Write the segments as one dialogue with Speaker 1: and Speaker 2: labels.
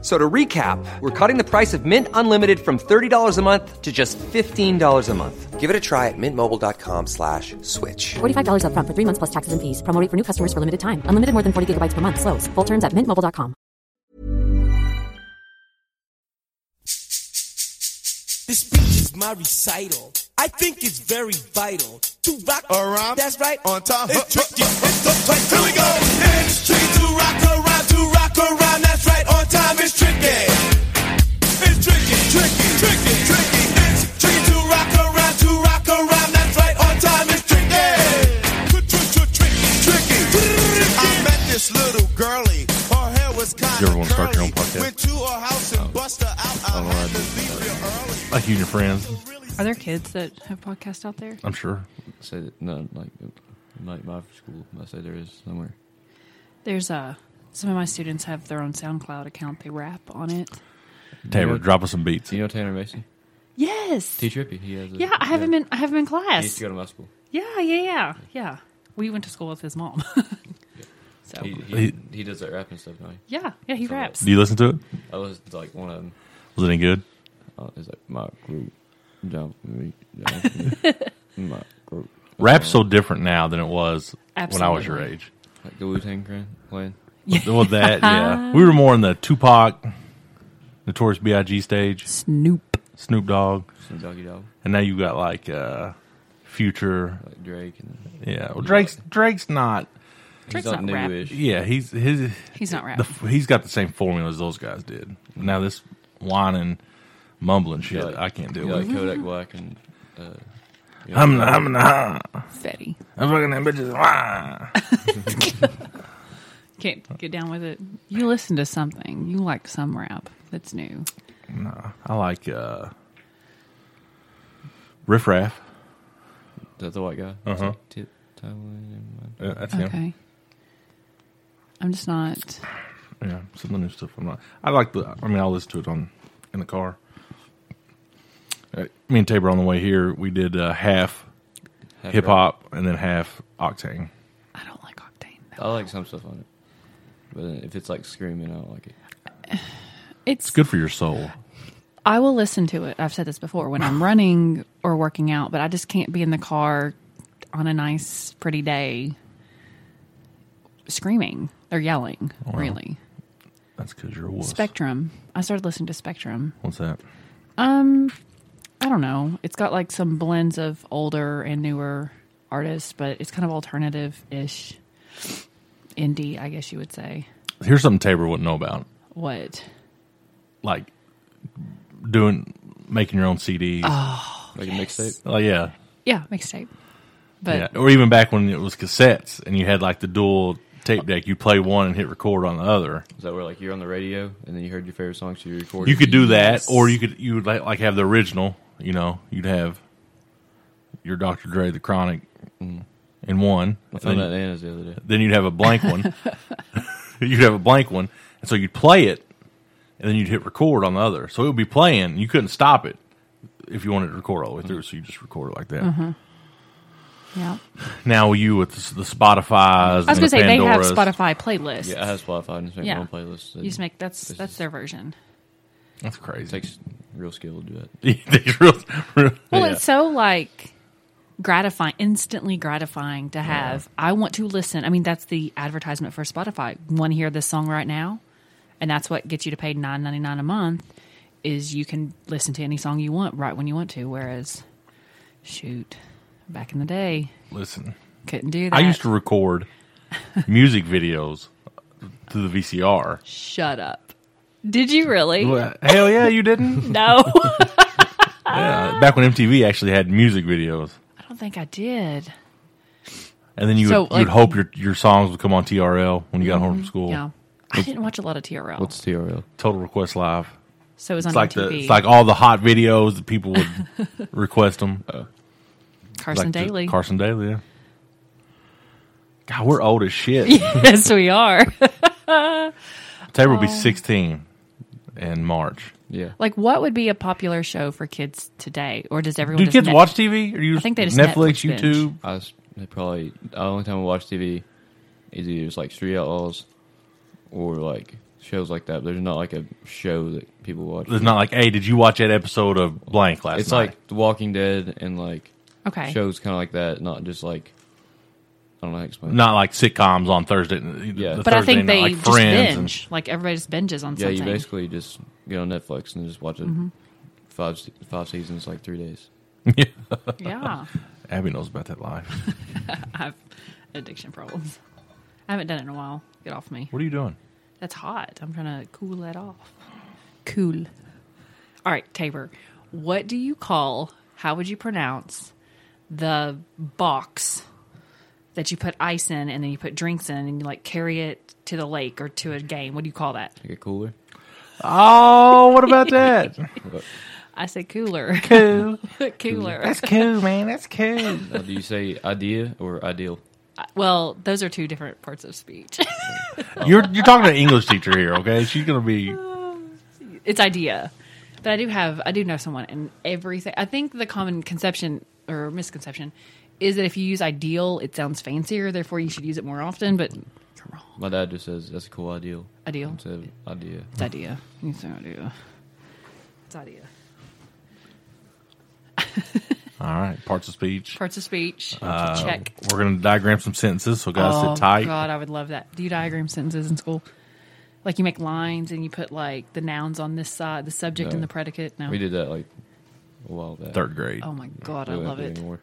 Speaker 1: So to recap, we're cutting the price of Mint Unlimited from $30 a month to just $15 a month. Give it a try at mintmobile.com slash switch.
Speaker 2: $45 upfront for three months plus taxes and fees. Promo rate for new customers for limited time. Unlimited more than 40 gigabytes per month. Slows. Full terms at mintmobile.com.
Speaker 3: This speech is my recital. I think it's very vital to rock a rhyme. That's right, on top. It's tricky. It's the play. Here we go. It's tricky to rock a rhyme, to rock a rhyme. That's right, on time. It's tricky. It's tricky, tricky, tricky, tricky. It's tricky to rock a rhyme, to rock a rhyme. That's right, on time. It's tricky. Tricky, tricky, tricky. I met this little girlie. Her hair was kind
Speaker 4: You
Speaker 3: of
Speaker 4: ever wanna start your own podcast?
Speaker 3: Went to her house and bust her out. I
Speaker 4: don't know
Speaker 3: had
Speaker 4: why I
Speaker 3: to leave real early.
Speaker 4: Like you and your friends,
Speaker 5: Are there kids that have podcasts out there?
Speaker 4: I'm sure.
Speaker 6: say that no like like my school I say there is somewhere
Speaker 5: There's uh, some of my students have their own SoundCloud account. They rap on it.
Speaker 4: Taylor,
Speaker 6: Yeah.
Speaker 4: drop us some beats.
Speaker 6: do you know Tanner Mason
Speaker 5: Yes.
Speaker 6: T Trippy he has a,
Speaker 5: yeah, I have him in. I have him in
Speaker 6: he used
Speaker 5: class.
Speaker 6: to go to my school
Speaker 5: Yeah, yeah, yeah, yeah. We went to school with his mom. so
Speaker 6: he, he, he does that rap and stuff now
Speaker 5: yeah, yeah, he raps.
Speaker 4: Do you listen to it?
Speaker 6: I was like one of them
Speaker 4: Was it any good?
Speaker 6: uh, it's like my group jump me jump me my group
Speaker 4: Rap's so different now than it was when I was your
Speaker 5: Absolutely.
Speaker 4: age.
Speaker 6: like the Wu Tang Clan playing
Speaker 4: Well, that yeah, we were more in the Tupac, Notorious B.I.G. stage,
Speaker 5: Snoop.
Speaker 4: Snoop Dogg,
Speaker 6: some doggy dog
Speaker 4: and now you got like uh, Future.
Speaker 6: like Drake and then
Speaker 4: Yeah, well, Drake's Drake's not.
Speaker 5: Drake's
Speaker 6: he's like
Speaker 5: not rap.
Speaker 6: newish
Speaker 4: Yeah, he's his.
Speaker 5: He's not rap.
Speaker 4: The, he's got the same formula as those guys did. Now this whining, mumbling shit,
Speaker 6: like-
Speaker 4: I can't
Speaker 6: yeah,
Speaker 4: do
Speaker 6: like
Speaker 4: it.
Speaker 6: Kodak Black and uh, you know,
Speaker 4: I'm not, I'm not,
Speaker 5: Fetty.
Speaker 4: I'm fucking them bitches. Wah.
Speaker 5: Can't get down with it. You listen to something. You like some rap that's new.
Speaker 4: I like uh, Riff Raff.
Speaker 6: that's the white guy
Speaker 4: Uh-huh.
Speaker 6: tip Taiwan
Speaker 4: Uh, that's him.
Speaker 5: Okay. I'm just not.
Speaker 4: Yeah, some of the new stuff. I'm not. I like the. I mean, I listen to it on in the car. Uh, me and Tabor on the way here, we did uh, half hip hop and then half octane.
Speaker 5: I don't like Octane. though.
Speaker 6: I like some stuff on it, but uh, if it's like screaming, I don't like it.
Speaker 5: It's
Speaker 4: Good for your soul.
Speaker 5: I will listen to it. I've said this before when I'm running or working out, but I just can't be in the car on a nice, pretty day screaming or yelling, really.
Speaker 4: That's because you're a wuss.
Speaker 5: Spectrum. I started listening to Spectrum.
Speaker 4: What's that?
Speaker 5: Um, I don't know. It's got like some blends of older and newer artists, but it's kind of alternative ish. Indie, I guess you would say.
Speaker 4: Here's something Tabor wouldn't know about.
Speaker 5: What?
Speaker 4: Like doing making your own CDs.
Speaker 5: Uh. Oh,
Speaker 6: Like a mixtape.
Speaker 4: Like, yeah,
Speaker 5: Yeah, mixtape. But
Speaker 4: yeah. Or even back when it was cassettes and you had like the dual tape deck. You play one and hit record on the other.
Speaker 6: Is that where like you're on the radio and then you heard your favorite song, so you recorded?
Speaker 4: You could do that,
Speaker 5: Yes.
Speaker 4: or you could you would like, like have the original. You know, you'd have your Dr. Dre, the Chronic, mm, in one.
Speaker 6: I
Speaker 4: and
Speaker 6: found
Speaker 4: Then,
Speaker 6: that at Anna's the other day.
Speaker 4: then you'd have a blank one. you'd have a blank one, and so you'd play it, and then you'd hit record on the other. So it would be playing. and You couldn't stop it if you wanted to record all the way through. So you just record it like that.
Speaker 5: Mm-hmm. yeah.
Speaker 4: Now you with the, the Spotify's,
Speaker 5: I
Speaker 4: and
Speaker 5: was going to
Speaker 4: the
Speaker 5: say they have
Speaker 4: Pandoras.
Speaker 5: Spotify playlists.
Speaker 6: Yeah, I have Spotify and just make
Speaker 5: Yeah.
Speaker 6: my own playlist.
Speaker 5: You just make that's
Speaker 6: It's
Speaker 5: that's
Speaker 6: just-
Speaker 5: their version.
Speaker 4: That's
Speaker 6: It
Speaker 4: crazy.
Speaker 6: takes real skill to do that.
Speaker 4: These real- real-
Speaker 5: Well,
Speaker 4: yeah.
Speaker 5: it's so like gratifying, instantly gratifying to have. I want to listen. I mean, that's the advertisement for Spotify. Want to hear this song right now? And that's what gets you to pay nine ninety nine a month. Is you can listen to any song you want right when you want to. Whereas, shoot, back in the day,
Speaker 4: listen.
Speaker 5: couldn't do that.
Speaker 4: I used to record music videos to the VCR.
Speaker 5: shut up. Did you really?
Speaker 4: Hell yeah, you didn't.
Speaker 5: No,
Speaker 4: Uh, back when MTV actually had music videos,
Speaker 5: I don't think I did.
Speaker 4: and then you
Speaker 5: So,
Speaker 4: would,
Speaker 5: like- Mm-hmm.
Speaker 4: you'd hope your your songs would come on TRL when you got home from school.
Speaker 5: Yeah, I didn't watch a lot of TRL.
Speaker 6: What's TRL?
Speaker 4: Total Request Live.
Speaker 5: So it was
Speaker 4: It's
Speaker 5: on
Speaker 4: like
Speaker 5: MTV.
Speaker 4: the it's like all the hot videos that people would request them.
Speaker 5: Carson
Speaker 4: like the-
Speaker 5: Daly.
Speaker 4: Carson Daly. Yeah. God, we're old as shit.
Speaker 5: yes, we are.
Speaker 4: Tabor will be 16 in March.
Speaker 6: Yeah.
Speaker 5: Like, what would be a popular show for kids today? Or does everyone
Speaker 4: Do
Speaker 5: just
Speaker 4: kids
Speaker 5: Net-
Speaker 4: watch TV? Or you
Speaker 5: I think they just
Speaker 4: Netflix,
Speaker 5: Netflix binge.
Speaker 4: YouTube.
Speaker 6: I was I probably the only time I watch TV is either just like Street Outlaws or like shows like that. But there's not like a show that people watch.
Speaker 4: There's not like, hey, did you watch that episode of blank last
Speaker 6: it's
Speaker 4: night?
Speaker 6: like The Walking Dead and like
Speaker 5: Okay.
Speaker 6: shows kind of like that, not just like I don't know how to explain. it.
Speaker 4: not like sitcoms on Thursday.
Speaker 6: Yeah.
Speaker 4: the
Speaker 5: but I
Speaker 4: Thursday
Speaker 5: think
Speaker 4: night,
Speaker 5: they
Speaker 4: like
Speaker 5: just
Speaker 4: Friends and-
Speaker 5: binge. Like, everybody just binges on
Speaker 6: yeah,
Speaker 5: something. Mm-hmm.
Speaker 6: you basically just get on Netflix and just watch it five se- five seasons like three days.
Speaker 5: yeah.
Speaker 4: Abby knows about that life.
Speaker 5: I have addiction problems. I haven't done it in a while. Get off me.
Speaker 4: what are you doing?
Speaker 5: That's hot. I'm trying to cool that off. Cool. All right, Tabor. What do you call, how would you pronounce the box that you put ice in and then you put drinks in and you like carry it to the lake or to a game? What do you call that?
Speaker 6: Like a cooler.
Speaker 4: Oh, what about that?
Speaker 5: I say cooler. Cool. cooler.
Speaker 4: cool, man. That's cool.
Speaker 6: Now, do you say idea or ideal?
Speaker 5: Well, those are two different parts of speech.
Speaker 4: You're you're talking to an English teacher here, okay? She's gonna be
Speaker 5: it's idea. But I do have I do know someone and everything. I think the common conception or misconception is that if you use ideal, it sounds fancier. Therefore, you should use it more often. But you're wrong.
Speaker 6: My dad just says that's a cool ideal.
Speaker 5: Ideal.
Speaker 6: Instead of idea.
Speaker 5: It's idea. It's idea. It's idea.
Speaker 4: all right. Parts of speech.
Speaker 5: Parts of speech. You have
Speaker 4: Uh,
Speaker 5: to check.
Speaker 4: We're gonna diagram some sentences, so guys
Speaker 5: oh
Speaker 4: sit tight.
Speaker 5: God, I would love that. Do you diagram sentences in school? Like you make lines and you put like the nouns on this side, the subject and
Speaker 6: No.
Speaker 5: the predicate. No.
Speaker 6: We did that like a while back.
Speaker 4: Third grade.
Speaker 5: Oh my God, I
Speaker 6: We don't
Speaker 5: love
Speaker 6: do
Speaker 5: it.
Speaker 6: anymore.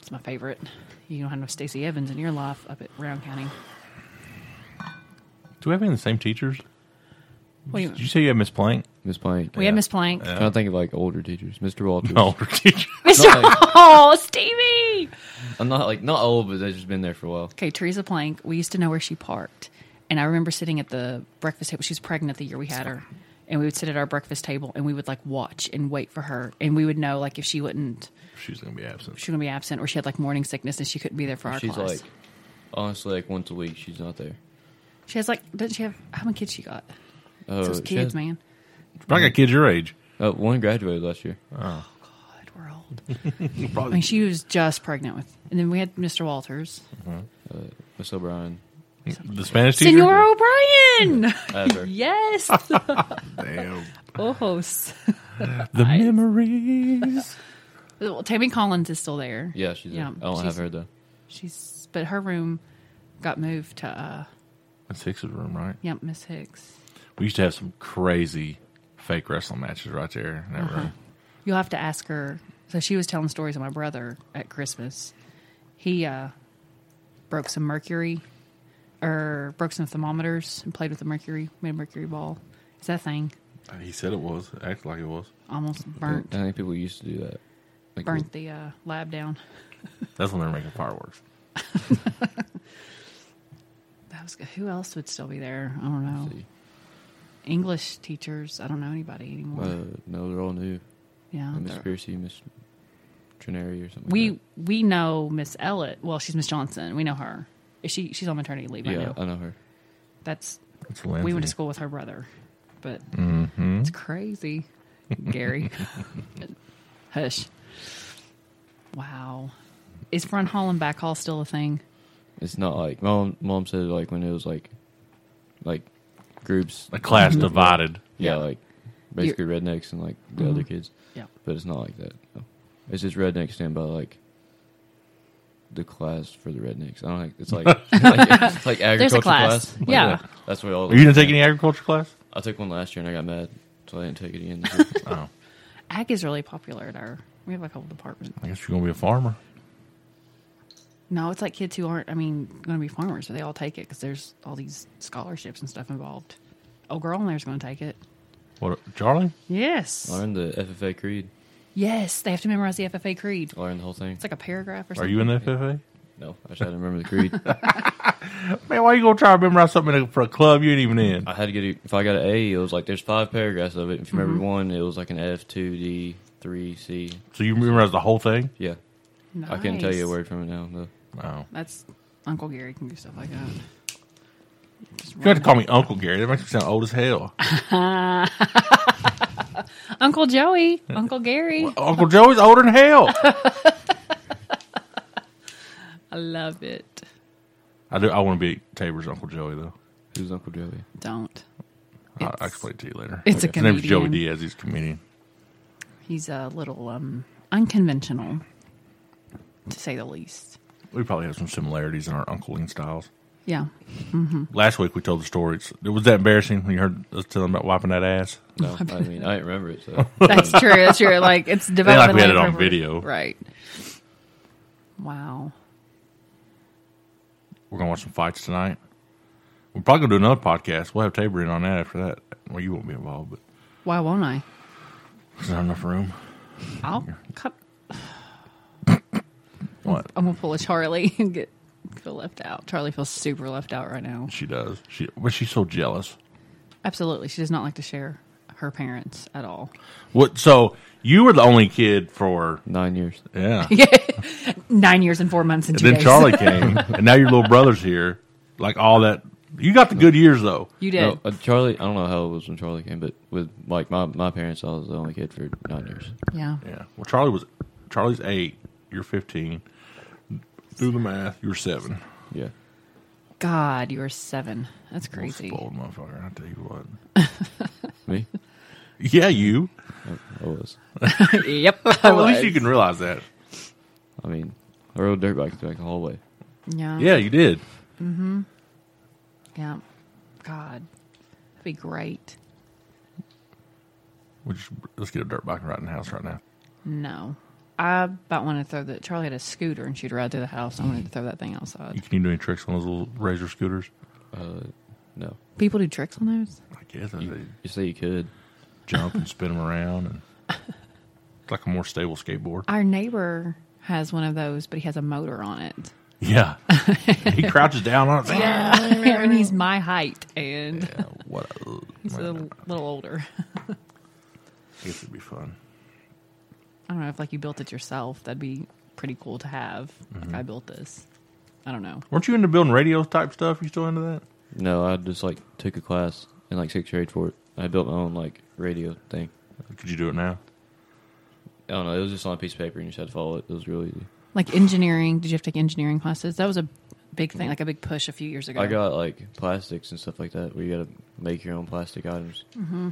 Speaker 5: It's my favorite. You don't have no Stacey Evans in your life up at Round County.
Speaker 4: Do we have any of the same teachers?
Speaker 5: What do you
Speaker 4: Did you say you had Miss Plank?
Speaker 6: Miss Plank.
Speaker 5: We had Miss Plank.
Speaker 6: I'm trying to think of like older teachers. Mr. Walters.
Speaker 4: An older teacher.
Speaker 5: Mr.
Speaker 6: like-
Speaker 5: Oh, Stevie.
Speaker 6: I'm not like not old, but they've just been there for a while.
Speaker 5: Okay, Teresa Plank. We used to know where she parked, and I remember sitting at the breakfast table. She was pregnant the year we had her, and we would sit at our breakfast table and we would like watch and wait for her, and we would know like if she wouldn't,
Speaker 4: She's gonna be absent.
Speaker 5: she was gonna be absent, or she had like morning sickness and she couldn't be there for our
Speaker 6: She's
Speaker 5: class.
Speaker 6: like honestly like once a week she's not there.
Speaker 5: she has like, doesn't she have how many kids she got?
Speaker 6: Oh,
Speaker 5: It's those
Speaker 6: she
Speaker 5: kids,
Speaker 6: has-
Speaker 5: man.
Speaker 4: But I got kids your age.
Speaker 6: Oh, one graduated last year.
Speaker 5: God, we're old. I mean, she was just pregnant with, and then we had Mr. Walters,
Speaker 6: Miss O'Brien.
Speaker 4: The Spanish teacher.
Speaker 5: Senor O'Brien.
Speaker 6: Ever.
Speaker 5: yes.
Speaker 4: Damn.
Speaker 5: Ojos.
Speaker 4: The memories.
Speaker 5: Well, Tammy Collins is still there.
Speaker 6: Yeah, she's there. I don't
Speaker 5: she's-
Speaker 6: have her though.
Speaker 5: She's but her room got moved to uh
Speaker 4: That's Hicks's room, right?
Speaker 5: yeah, Miss Hicks.
Speaker 4: We used to have some crazy fake wrestling matches right there in that room.
Speaker 5: You'll have to ask her. So she was telling stories of my brother at Christmas. He uh broke some mercury or broke some thermometers and played with the mercury, made a mercury ball. Is that thing
Speaker 4: He said it was. Acted like it was.
Speaker 5: almost
Speaker 6: I
Speaker 5: burnt
Speaker 6: think people used to do that. Like,
Speaker 5: burnt the uh, lab down?
Speaker 4: That's when they were making fireworks.
Speaker 5: That was good. Who else would still be there? I don't know.
Speaker 6: see.
Speaker 5: English teachers. I don't know anybody anymore.
Speaker 6: Uh, no, they're all new.
Speaker 5: yeah,
Speaker 6: Miss
Speaker 5: they're-
Speaker 6: Piercy, Miss Trinary or something.
Speaker 5: We
Speaker 6: like
Speaker 5: we know Miss Ellett. Well, she's Miss Johnson. We know her. Is She she's on maternity leave
Speaker 6: that.
Speaker 5: right
Speaker 6: yeah, uh,
Speaker 5: now.
Speaker 6: I know her.
Speaker 5: That's
Speaker 4: It's
Speaker 5: we
Speaker 4: Lindsay.
Speaker 5: went to school with her brother, but it's crazy, Gary. Hush. Wow, is front hall and back hall still a thing?
Speaker 6: It's not like mom. Mom said like when it was like, like groups.
Speaker 4: The class divided.
Speaker 6: yeah,
Speaker 5: Yeah.
Speaker 6: like basically rednecks and like the other kids.
Speaker 5: Mm-hmm. Yeah.
Speaker 6: But it's not like that. no. It's just rednecks stand by like the class for the rednecks. I don't think it's like, like it's like agriculture
Speaker 5: class.
Speaker 6: Like,
Speaker 5: Yeah.
Speaker 6: that's what all.
Speaker 4: Are you didn't take any agriculture class?
Speaker 6: I took one last year and I got mad, so I didn't take it again. this year.
Speaker 4: Oh,
Speaker 5: Ag is really popular at our. We have like a whole department.
Speaker 4: I guess you're gonna be a farmer.
Speaker 5: No, it's like kids who aren't. I mean, going to be farmers, but they all take it because there's all these scholarships and stuff involved. Oh, girl in there's going to take it.
Speaker 4: What, Charlie?
Speaker 5: Yes.
Speaker 6: Learn the FFA creed.
Speaker 5: Yes, they have to memorize the FFA creed.
Speaker 6: Learn the whole thing.
Speaker 5: It's like a paragraph or
Speaker 4: Are
Speaker 5: something.
Speaker 4: you in the FFA?
Speaker 6: no, I just had to remember the creed.
Speaker 4: Man, why you gonna try to memorize something in a- for a club you ain't even in?
Speaker 6: I had to get it. If I got an A, it was like there's five paragraphs of it. If you remember one, it was like an F, two, D, three, C.
Speaker 4: So you memorize the whole thing?
Speaker 6: Yeah,
Speaker 5: Nice.
Speaker 6: I couldn't tell you a word from it now. Though.
Speaker 4: Oh,
Speaker 5: That's Uncle Gary can do stuff like that.
Speaker 4: You have to call me Uncle Gary. That makes me sound old as hell.
Speaker 5: Uncle Joey, Uncle Gary.
Speaker 4: Uncle Joey's older than hell.
Speaker 5: I love it.
Speaker 4: I do. I want to be Tabor's Uncle Joey though.
Speaker 6: Who's Uncle Joey?
Speaker 5: Don't.
Speaker 4: I'll,
Speaker 5: It's-
Speaker 4: I'll explain it to you later.
Speaker 5: it's a
Speaker 4: His name's Joey
Speaker 5: comedian.
Speaker 4: Diaz. He's a comedian.
Speaker 5: He's a little um, unconventional, to say the least.
Speaker 4: We probably have some similarities in our uncling styles.
Speaker 5: Yeah.
Speaker 4: Last week we told the story. It's, it was that embarrassing when you heard us telling about wiping that ass.
Speaker 6: No, I mean I didn't remember it. So
Speaker 5: That's true. That's true. Like it's developing.
Speaker 4: we had it on video.
Speaker 5: right? Wow.
Speaker 4: We're gonna watch some fights tonight. We're probably gonna do another podcast. We'll have Tabor in on that after that. Well, you won't be involved, but
Speaker 5: Why won't I?
Speaker 4: there's not enough room.
Speaker 5: I'll cut.
Speaker 4: What
Speaker 5: I'm gonna pull a Charlie and get feel left out. Charlie feels super left out right now.
Speaker 4: she does, she but she's so jealous.
Speaker 5: Absolutely, she does not like to share her parents at all.
Speaker 4: What? So you were the only kid for
Speaker 6: nine years.
Speaker 4: yeah.
Speaker 5: Nine years and four months and two
Speaker 4: then
Speaker 5: days.
Speaker 4: Charlie came, and now your little brother's here. Like all that, you got the good years though.
Speaker 5: you did.
Speaker 6: No, uh, Charlie. I don't know how it was when Charlie came, but with like my my parents, I was the only kid for nine years.
Speaker 5: yeah.
Speaker 4: Yeah. Well, Charlie was Charlie's eight. You're fifteen. Do the math. You're seven.
Speaker 6: Yeah,
Speaker 5: God, you were seven. That's crazy.
Speaker 4: Bold motherfucker. I tell you what.
Speaker 6: me.
Speaker 4: Yeah, you.
Speaker 6: I was.
Speaker 5: yep.
Speaker 4: Well, at least you can realize that.
Speaker 5: Uh-huh.
Speaker 6: I mean, I rode dirt bikes back the hallway.
Speaker 5: Yeah.
Speaker 4: Yeah, you did.
Speaker 5: Yeah. God, that'd be great.
Speaker 4: We just, let's get a dirt bike and ride in the house right now.
Speaker 5: No. I about wanted to throw that. Charlie had a scooter and she'd ride through the house. I wanted to throw that thing
Speaker 4: You
Speaker 5: outside.
Speaker 4: can you do any tricks on those little razor scooters?
Speaker 6: No,
Speaker 5: People do tricks on those?
Speaker 4: I guess I
Speaker 6: you,
Speaker 4: they
Speaker 6: you say you could.
Speaker 4: jump and spin them around, and it's like a more stable skateboard.
Speaker 5: Our neighbor has one of those, but he has a motor on it.
Speaker 4: Yeah, he crouches down on it.
Speaker 5: and he's my height and
Speaker 4: Yeah, what? A,
Speaker 5: he's a little, little older.
Speaker 4: I guess it'd be fun.
Speaker 5: I don't know if like you built it yourself. That'd be pretty cool to have. Like
Speaker 6: Mm-hmm.
Speaker 5: I built this. I don't know.
Speaker 4: Weren't you into building radio type stuff? You still into that?
Speaker 6: No, I just like took a class in like sixth grade for it. I built my own like radio thing.
Speaker 4: Could you do it now?
Speaker 6: I don't know. It was just on a piece of paper, and you just had to follow it. It was really easy.
Speaker 5: Like engineering. Did you have to take engineering classes? That was a big thing, like a big push a few years ago.
Speaker 6: Mm-hmm. I got like plastics and stuff like that, where you gotta make your own plastic items, mm-hmm.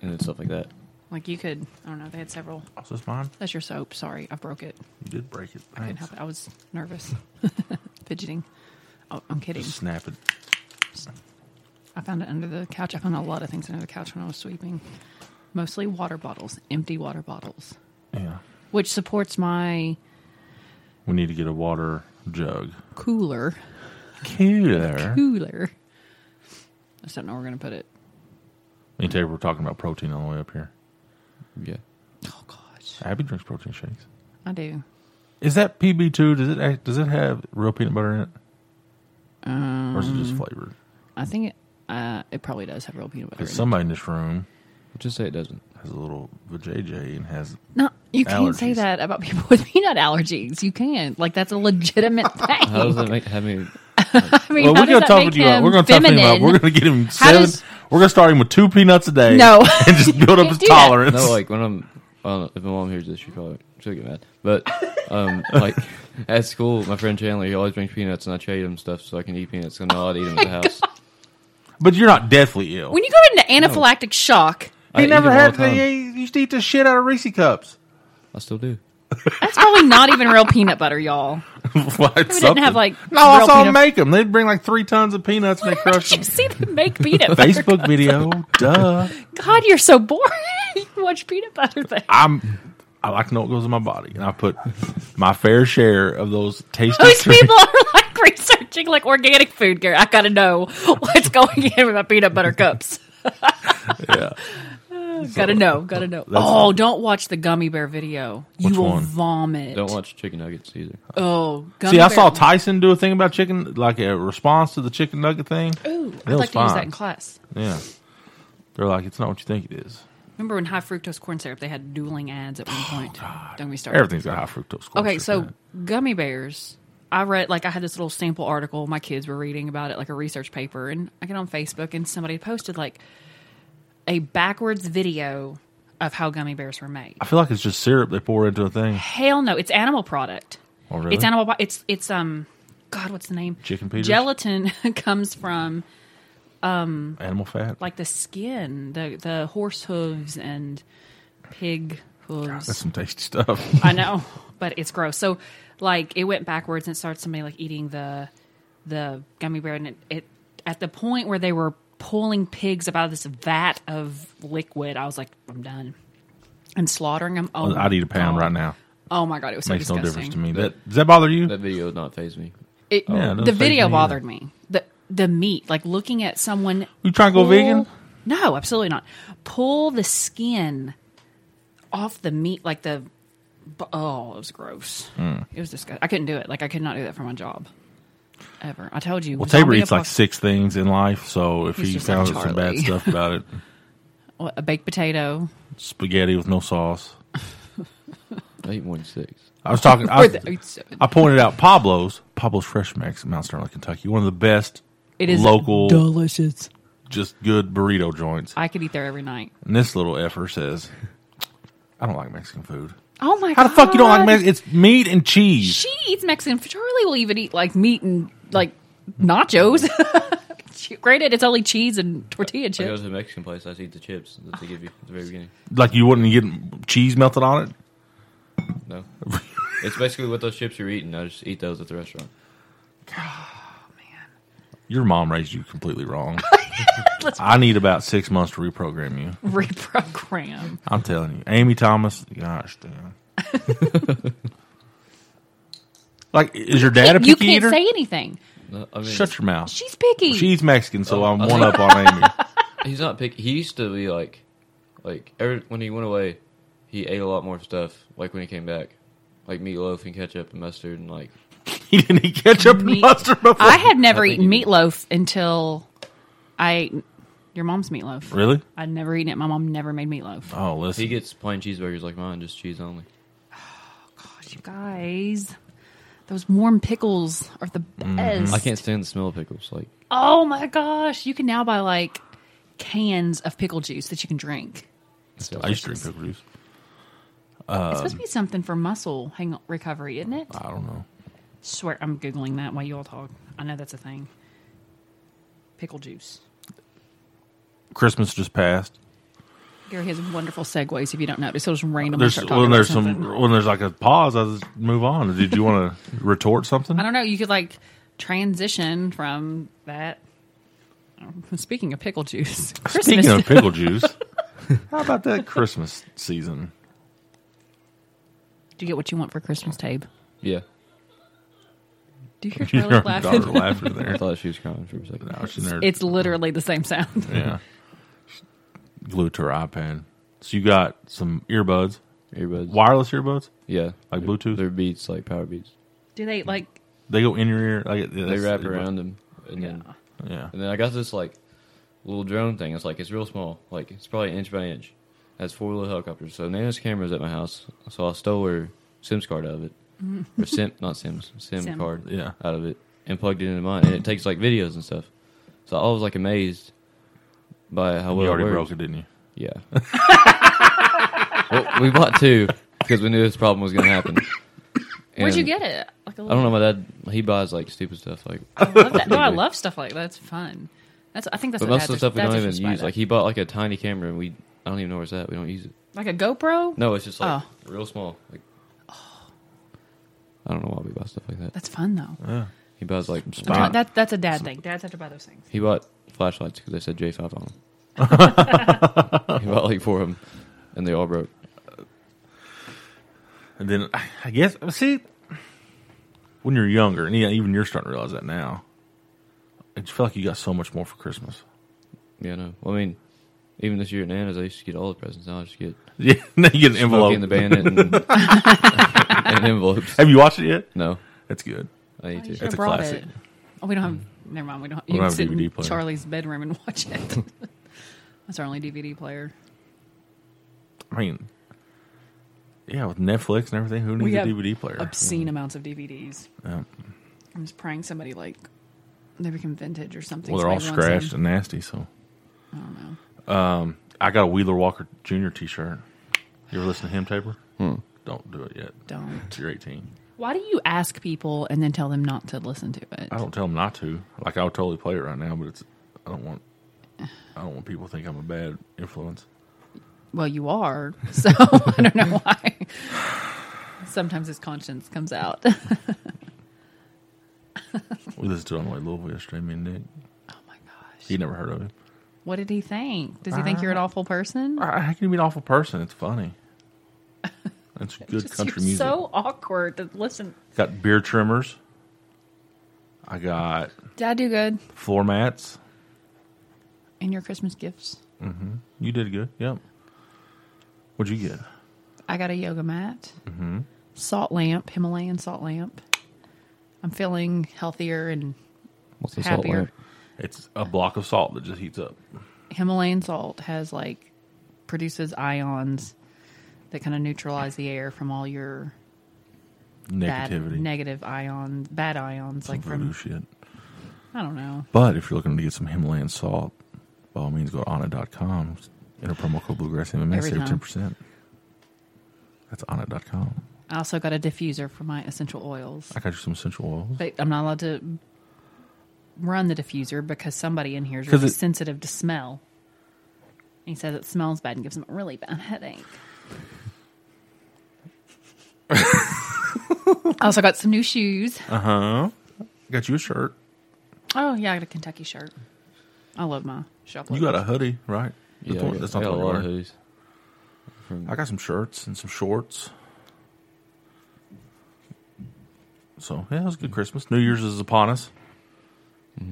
Speaker 6: and then stuff like that.
Speaker 5: like you could. I don't know. They had several.
Speaker 4: Oh, is this mine?
Speaker 5: That's your soap. Sorry, I broke it.
Speaker 4: You did break it.
Speaker 5: I couldn't help it. I was nervous, fidgeting. Oh, I'm kidding.
Speaker 4: Just snap it.
Speaker 5: I found it under the couch. I found a lot of things under the couch when I was sweeping. Mostly water bottles, empty water bottles,
Speaker 4: Yeah.
Speaker 5: which supports my
Speaker 4: We need to get a water jug.
Speaker 5: cooler.
Speaker 4: Cooler.
Speaker 5: Cooler. I just don't know where we're going to put it.
Speaker 4: Me and Taylor were talking about protein on the way up here.
Speaker 6: Yeah,
Speaker 5: Oh, gosh.
Speaker 4: Abby drinks protein shakes.
Speaker 5: I do.
Speaker 4: Is that PB two? Does it act- does it have real peanut butter in it, or is it
Speaker 5: Um,
Speaker 4: just flavored?
Speaker 5: I think it, uh, it probably does have real peanut butter. in
Speaker 4: Because
Speaker 5: it.
Speaker 4: somebody in this room
Speaker 6: just say it doesn't.
Speaker 4: has a little vajayjay and has
Speaker 5: no, you can't say
Speaker 4: allergies.
Speaker 5: that about people with peanut allergies. You can't. Like, that's a legitimate
Speaker 4: Uh,
Speaker 5: thing.
Speaker 6: How does that make? How many?
Speaker 5: I mean, how does that make him
Speaker 4: We're gonna talk to him up.
Speaker 5: feminine?
Speaker 4: We're gonna get him
Speaker 5: How
Speaker 4: seven.
Speaker 5: does-
Speaker 4: We're gonna start him with two peanuts a day.
Speaker 5: No.
Speaker 4: and just build up his
Speaker 5: do that.
Speaker 4: tolerance.
Speaker 6: No, like when I'm, I don't know, if my mom hears this, she probably she'll get mad. But um, like at school, my friend Chandler, he always brings peanuts, and I trade him stuff so I can eat peanuts. And I'll eat them
Speaker 5: Oh
Speaker 6: at the house.
Speaker 4: but you're not deathly ill.
Speaker 5: When you go into anaphylactic shock,
Speaker 6: I eat them all the time.
Speaker 4: used to eat the shit out of Reese cups.
Speaker 6: I still do.
Speaker 5: that's probably not even real peanut butter, y'all.
Speaker 4: we
Speaker 5: didn't have, like,
Speaker 4: no. I
Speaker 5: real
Speaker 4: saw them
Speaker 5: peanut-
Speaker 4: make them. They'd bring like three tons of peanuts and they crush
Speaker 5: Did you
Speaker 4: them.
Speaker 5: see them make peanut butter?
Speaker 4: Facebook video, duh.
Speaker 5: God, you're so boring. you watch peanut butter thing.
Speaker 4: I'm. I like to know what goes in my body, and I put my fair share of those tasty.
Speaker 5: Those
Speaker 4: treats-
Speaker 5: people are like researching like organic food gear. I gotta know what's going in with my peanut butter cups. yeah. gotta know, gotta know. Oh, don't watch the gummy bear video.
Speaker 4: Which
Speaker 5: you will
Speaker 4: one?
Speaker 5: vomit.
Speaker 6: Don't watch chicken nuggets either.
Speaker 5: Oh, gummy
Speaker 4: See, I
Speaker 5: bear-
Speaker 4: saw Tyson do a thing about chicken, like a response to the chicken nugget thing.
Speaker 5: Ooh,
Speaker 4: That
Speaker 5: I'd
Speaker 4: was
Speaker 5: like to use that
Speaker 4: fine.
Speaker 5: in class.
Speaker 4: Yeah, they're like, it's not what you think it is.
Speaker 5: Remember when high fructose corn syrup they had
Speaker 4: Oh,
Speaker 5: dueling ads at one point? Don't we start
Speaker 4: Everything's got high fructose. corn
Speaker 5: Okay,
Speaker 4: syrup in
Speaker 5: so gummy bears I read like I had this little sample article my kids were reading about it, like a research paper, and I get on Facebook and somebody posted like a backwards video of how gummy bears were made.
Speaker 4: I feel like it's just syrup they pour into a thing.
Speaker 5: Hell no, it's animal product.
Speaker 4: Oh, really?
Speaker 5: It's animal. pro- It's it's um, God, what's the name?
Speaker 4: Chicken Peters?
Speaker 5: Gelatin comes from
Speaker 4: Animal fat.
Speaker 5: like the skin, the the horse hooves and pig
Speaker 4: That's
Speaker 5: hooves.
Speaker 4: some tasty stuff.
Speaker 5: I know, but it's gross. So like it went backwards and it started somebody like eating the the gummy bear and it, it at the point where they were pulling pigs up out of this vat of liquid, I was like, I'm done. And slaughtering them. Oh,
Speaker 4: I'd eat a pound
Speaker 5: God.
Speaker 4: right now.
Speaker 5: Oh my god, it was so
Speaker 4: Makes no
Speaker 5: disgusting.
Speaker 4: difference to me. That does that bother you?
Speaker 6: That video would not phase me.
Speaker 5: It,
Speaker 4: Yeah, it doesn't
Speaker 5: the
Speaker 4: faze
Speaker 5: video
Speaker 4: me
Speaker 5: bothered me. The the meat, like looking at someone.
Speaker 4: You trying to go
Speaker 5: pull-
Speaker 4: vegan?
Speaker 5: No, absolutely not. Pull the skin off the meat, like the. bu- Oh, it was gross.
Speaker 4: Hmm.
Speaker 5: It was disgusting. I couldn't do it. Like I could not do that for my job. Ever. I told you.
Speaker 4: Well, Tabor
Speaker 5: zombie
Speaker 4: eats like
Speaker 5: apoc-
Speaker 4: six things in life, so if
Speaker 5: He's
Speaker 4: he
Speaker 5: just like
Speaker 4: found out some bad
Speaker 5: Charlie.
Speaker 4: stuff about it,
Speaker 5: what, a baked potato.
Speaker 4: spaghetti with no sauce.
Speaker 6: I eat one six.
Speaker 4: I was talking. I,
Speaker 5: Or the- it's-
Speaker 4: I pointed out Pablo's Pablo's Fresh Max in Mount Sterling, Kentucky. One of the best
Speaker 5: It is
Speaker 4: local,
Speaker 5: delicious.
Speaker 4: just good burrito joints.
Speaker 5: I could eat there every night.
Speaker 4: And this little effer says, "I don't like Mexican food.
Speaker 5: Oh my
Speaker 4: How
Speaker 5: god!
Speaker 4: the fuck you don't like Mexican? It's meat and cheese.
Speaker 5: She eats Mexican. Charlie will even eat like meat and like nachos. She- Granted, it's only cheese and tortilla
Speaker 6: I go
Speaker 5: chips.
Speaker 6: to the Mexican place. I just eat the chips that they give you at the very beginning.
Speaker 4: like you wouldn't get cheese melted on it.
Speaker 6: No, it's basically what those chips you're eating. I just eat those at the restaurant.
Speaker 4: Your mom raised you completely wrong.
Speaker 5: Let's-
Speaker 4: I need about six months to reprogram you.
Speaker 5: Reprogram.
Speaker 4: I'm telling you, Amy Thomas. Gosh damn. like, is your dad a picky
Speaker 5: you can't
Speaker 4: eater?
Speaker 5: say anything.
Speaker 6: No, I mean,
Speaker 4: Shut your mouth.
Speaker 5: She's picky.
Speaker 4: She's Mexican, so I'm
Speaker 6: I
Speaker 4: one up on Amy.
Speaker 6: He's not picky. He used to be like, like every, when he went away, he ate a lot more stuff. Like when he came back, like meatloaf and ketchup and mustard and like
Speaker 4: He didn't eat ketchup and
Speaker 5: Meat-
Speaker 4: mustard before.
Speaker 5: I had never
Speaker 6: I think
Speaker 5: eaten
Speaker 6: you-
Speaker 5: meatloaf until I ate your mom's meatloaf.
Speaker 4: really?
Speaker 5: I'd never eaten it. My mom never made meatloaf.
Speaker 4: Oh, listen.
Speaker 6: he gets plain cheeseburgers like mine, just cheese only.
Speaker 5: Gosh, you guys, those warm pickles are the best.
Speaker 6: I can't stand the smell of pickles. Like
Speaker 5: Oh my gosh, you can now buy like cans of pickle juice that you can drink.
Speaker 4: I used to drink pickle juice.
Speaker 5: it's supposed to be something for muscle hang- recovery, isn't it?
Speaker 4: I don't know.
Speaker 5: Swear, I'm googling that while you all talk. I know that's a thing. Pickle juice.
Speaker 4: Christmas just passed.
Speaker 5: Gary has wonderful segues. If you don't notice, he'll just randomly
Speaker 4: There's
Speaker 5: start talking
Speaker 4: when
Speaker 5: about
Speaker 4: there's
Speaker 5: something.
Speaker 4: some when there's like a pause. I just move on. Did you want to retort something?
Speaker 5: I don't know. You could like transition from that. Speaking of pickle juice, Christmas.
Speaker 4: Speaking of pickle juice, how about that Christmas season?
Speaker 5: Do you get what you want for Christmas, Tabe?
Speaker 6: Yeah,
Speaker 5: Do you hear Charlie
Speaker 4: Your
Speaker 5: laughing?
Speaker 4: daughter laughing
Speaker 6: I
Speaker 4: there.
Speaker 6: thought she was crying for a second.
Speaker 4: No, she's there.
Speaker 5: It's literally the same sound.
Speaker 4: yeah, glued to her iPad. So you got some earbuds,
Speaker 6: Earbuds.
Speaker 4: wireless earbuds.
Speaker 6: Yeah,
Speaker 4: Like Bluetooth?
Speaker 6: They're beats like power beats.
Speaker 5: Do they like?
Speaker 4: They go in your ear. Like
Speaker 6: They wrap around them, and then
Speaker 4: Yeah,
Speaker 6: and then I got this like little drone thing. It's like it's real small. Like it's probably inch by inch. It has four little helicopters. So Nana's camera's at my house. So I stole her Sims card out of it, or Sim not Sims Sim,
Speaker 5: Sim.
Speaker 6: card
Speaker 4: Yeah.
Speaker 6: out of it, and plugged it into mine, and it takes like videos and stuff. So I was like amazed by how well
Speaker 4: you
Speaker 6: it
Speaker 4: already
Speaker 6: works.
Speaker 4: broke it, didn't you?
Speaker 6: Yeah. well, we bought two because we knew this problem was going to happen.
Speaker 5: Where'd you
Speaker 6: And
Speaker 5: get it? Like a
Speaker 6: I don't know. My dad he buys like stupid stuff. Like,
Speaker 5: I love that. No, I love stuff like that. It's fun. That's. I think that's.
Speaker 6: but
Speaker 5: what
Speaker 6: most of the stuff
Speaker 5: dads
Speaker 6: we
Speaker 5: are-
Speaker 6: don't
Speaker 5: dads are
Speaker 6: even
Speaker 5: supposed to buy
Speaker 6: use.
Speaker 5: that.
Speaker 6: Like he bought like a tiny camera, and we I don't even know where it's at. We don't use it.
Speaker 5: like a GoPro.
Speaker 6: No, it's just like
Speaker 5: Oh.
Speaker 6: real small. Like, I don't know why we buy stuff like that.
Speaker 5: That's fun though.
Speaker 6: He buys like
Speaker 5: No,
Speaker 4: Fine.
Speaker 5: that that's a dad thing. Dads have to buy those things.
Speaker 6: he bought flashlights because they said J five on them. he bought like four of them, and they all broke.
Speaker 4: And then I guess see when you're younger, and yeah, even you're starting to realize that now. I just feel like you got so much more for Christmas.
Speaker 6: Yeah, no. Well, I mean, even this year at Nana's, I used to get all the presents. Now I just get
Speaker 4: Yeah, now you get an envelope.
Speaker 6: Smokey and the Bandit and, and envelopes.
Speaker 4: Have you watched it yet?
Speaker 6: No,
Speaker 4: That's good.
Speaker 6: I need
Speaker 5: You
Speaker 6: to.
Speaker 5: should've
Speaker 4: a
Speaker 5: brought
Speaker 4: classic.
Speaker 5: It. Oh, we don't have. Never mind. We don't.
Speaker 4: We
Speaker 5: You
Speaker 4: don't
Speaker 5: can
Speaker 4: have a
Speaker 5: sit
Speaker 4: DVD
Speaker 5: in
Speaker 4: player.
Speaker 5: Charlie's bedroom and watch it. that's our only DVD player.
Speaker 4: I mean, yeah, with Netflix and everything, who needs
Speaker 5: We
Speaker 4: a
Speaker 5: have
Speaker 4: DVD player?
Speaker 5: Obscene amounts of DVDs. I'm just praying somebody like they become vintage or something.
Speaker 4: Well, they're all
Speaker 5: Somebody wants them.
Speaker 4: scratched and nasty, so. I don't know. Um, I got a Wheeler Walker Jr. t shirt. You ever listen to him, Tabor? Don't do it yet.
Speaker 5: Don't.
Speaker 4: You're 18.
Speaker 5: Why do you ask people and then tell them not to listen to it?
Speaker 4: I don't tell them not to. Like I would totally play it right now, but it's I don't want I don't want people to think I'm a bad influence.
Speaker 5: Well, you are, so I don't know why. Sometimes his conscience comes out. oh
Speaker 4: We listened to it on the way to Louisville yesterday, me and Nick.
Speaker 5: Oh my gosh.
Speaker 4: He never heard of him.
Speaker 5: What did he think? Does he think you're an awful person?
Speaker 4: I how can you be an awful person? It's funny. That's good
Speaker 5: Just,
Speaker 4: country
Speaker 5: you're
Speaker 4: music.
Speaker 5: so awkward to listen.
Speaker 4: Got beer trimmers. I got
Speaker 5: Did I do good
Speaker 4: floor mats.
Speaker 5: in your Christmas gifts?
Speaker 4: You did good. Yep. What'd you get?
Speaker 5: I got a yoga mat,
Speaker 4: Mm-hmm.
Speaker 5: salt lamp, Himalayan salt lamp. I'm feeling healthier and
Speaker 6: What's the
Speaker 5: happier.
Speaker 4: It's a block of salt that just heats up.
Speaker 5: Himalayan salt has like produces ions that kind of neutralize the air from all your
Speaker 4: Negativity.
Speaker 5: bad negative ions, bad ions,
Speaker 4: Some
Speaker 5: like from
Speaker 4: voodoo shit.
Speaker 5: I don't know.
Speaker 4: But if you're looking to get some Himalayan salt, by all means, go to Ana.com. Enter promo code Bluegrass MMA,
Speaker 5: Every
Speaker 4: save
Speaker 5: time.
Speaker 4: 10%. That's Ana.com.
Speaker 5: I also got a diffuser for my essential oils.
Speaker 4: I got you some essential oils.
Speaker 5: They, I'm not allowed to run the diffuser because somebody in here is
Speaker 4: 'Cause
Speaker 5: really
Speaker 4: it-
Speaker 5: sensitive to smell. And he says it smells bad and gives him a really bad headache. I also got some new shoes.
Speaker 4: I got you a shirt.
Speaker 5: Oh yeah, I got a Kentucky shirt. I love my shop.
Speaker 4: You got a hoodie, right? That's the
Speaker 6: Yeah, I
Speaker 4: one-
Speaker 6: got,
Speaker 4: that's
Speaker 6: I
Speaker 4: not
Speaker 6: got
Speaker 4: the
Speaker 6: a
Speaker 4: one
Speaker 6: lot of
Speaker 4: you wear.
Speaker 6: hoodies. From,
Speaker 4: I got some shirts and some shorts. So, yeah, it was a good Christmas. New Year's is upon us.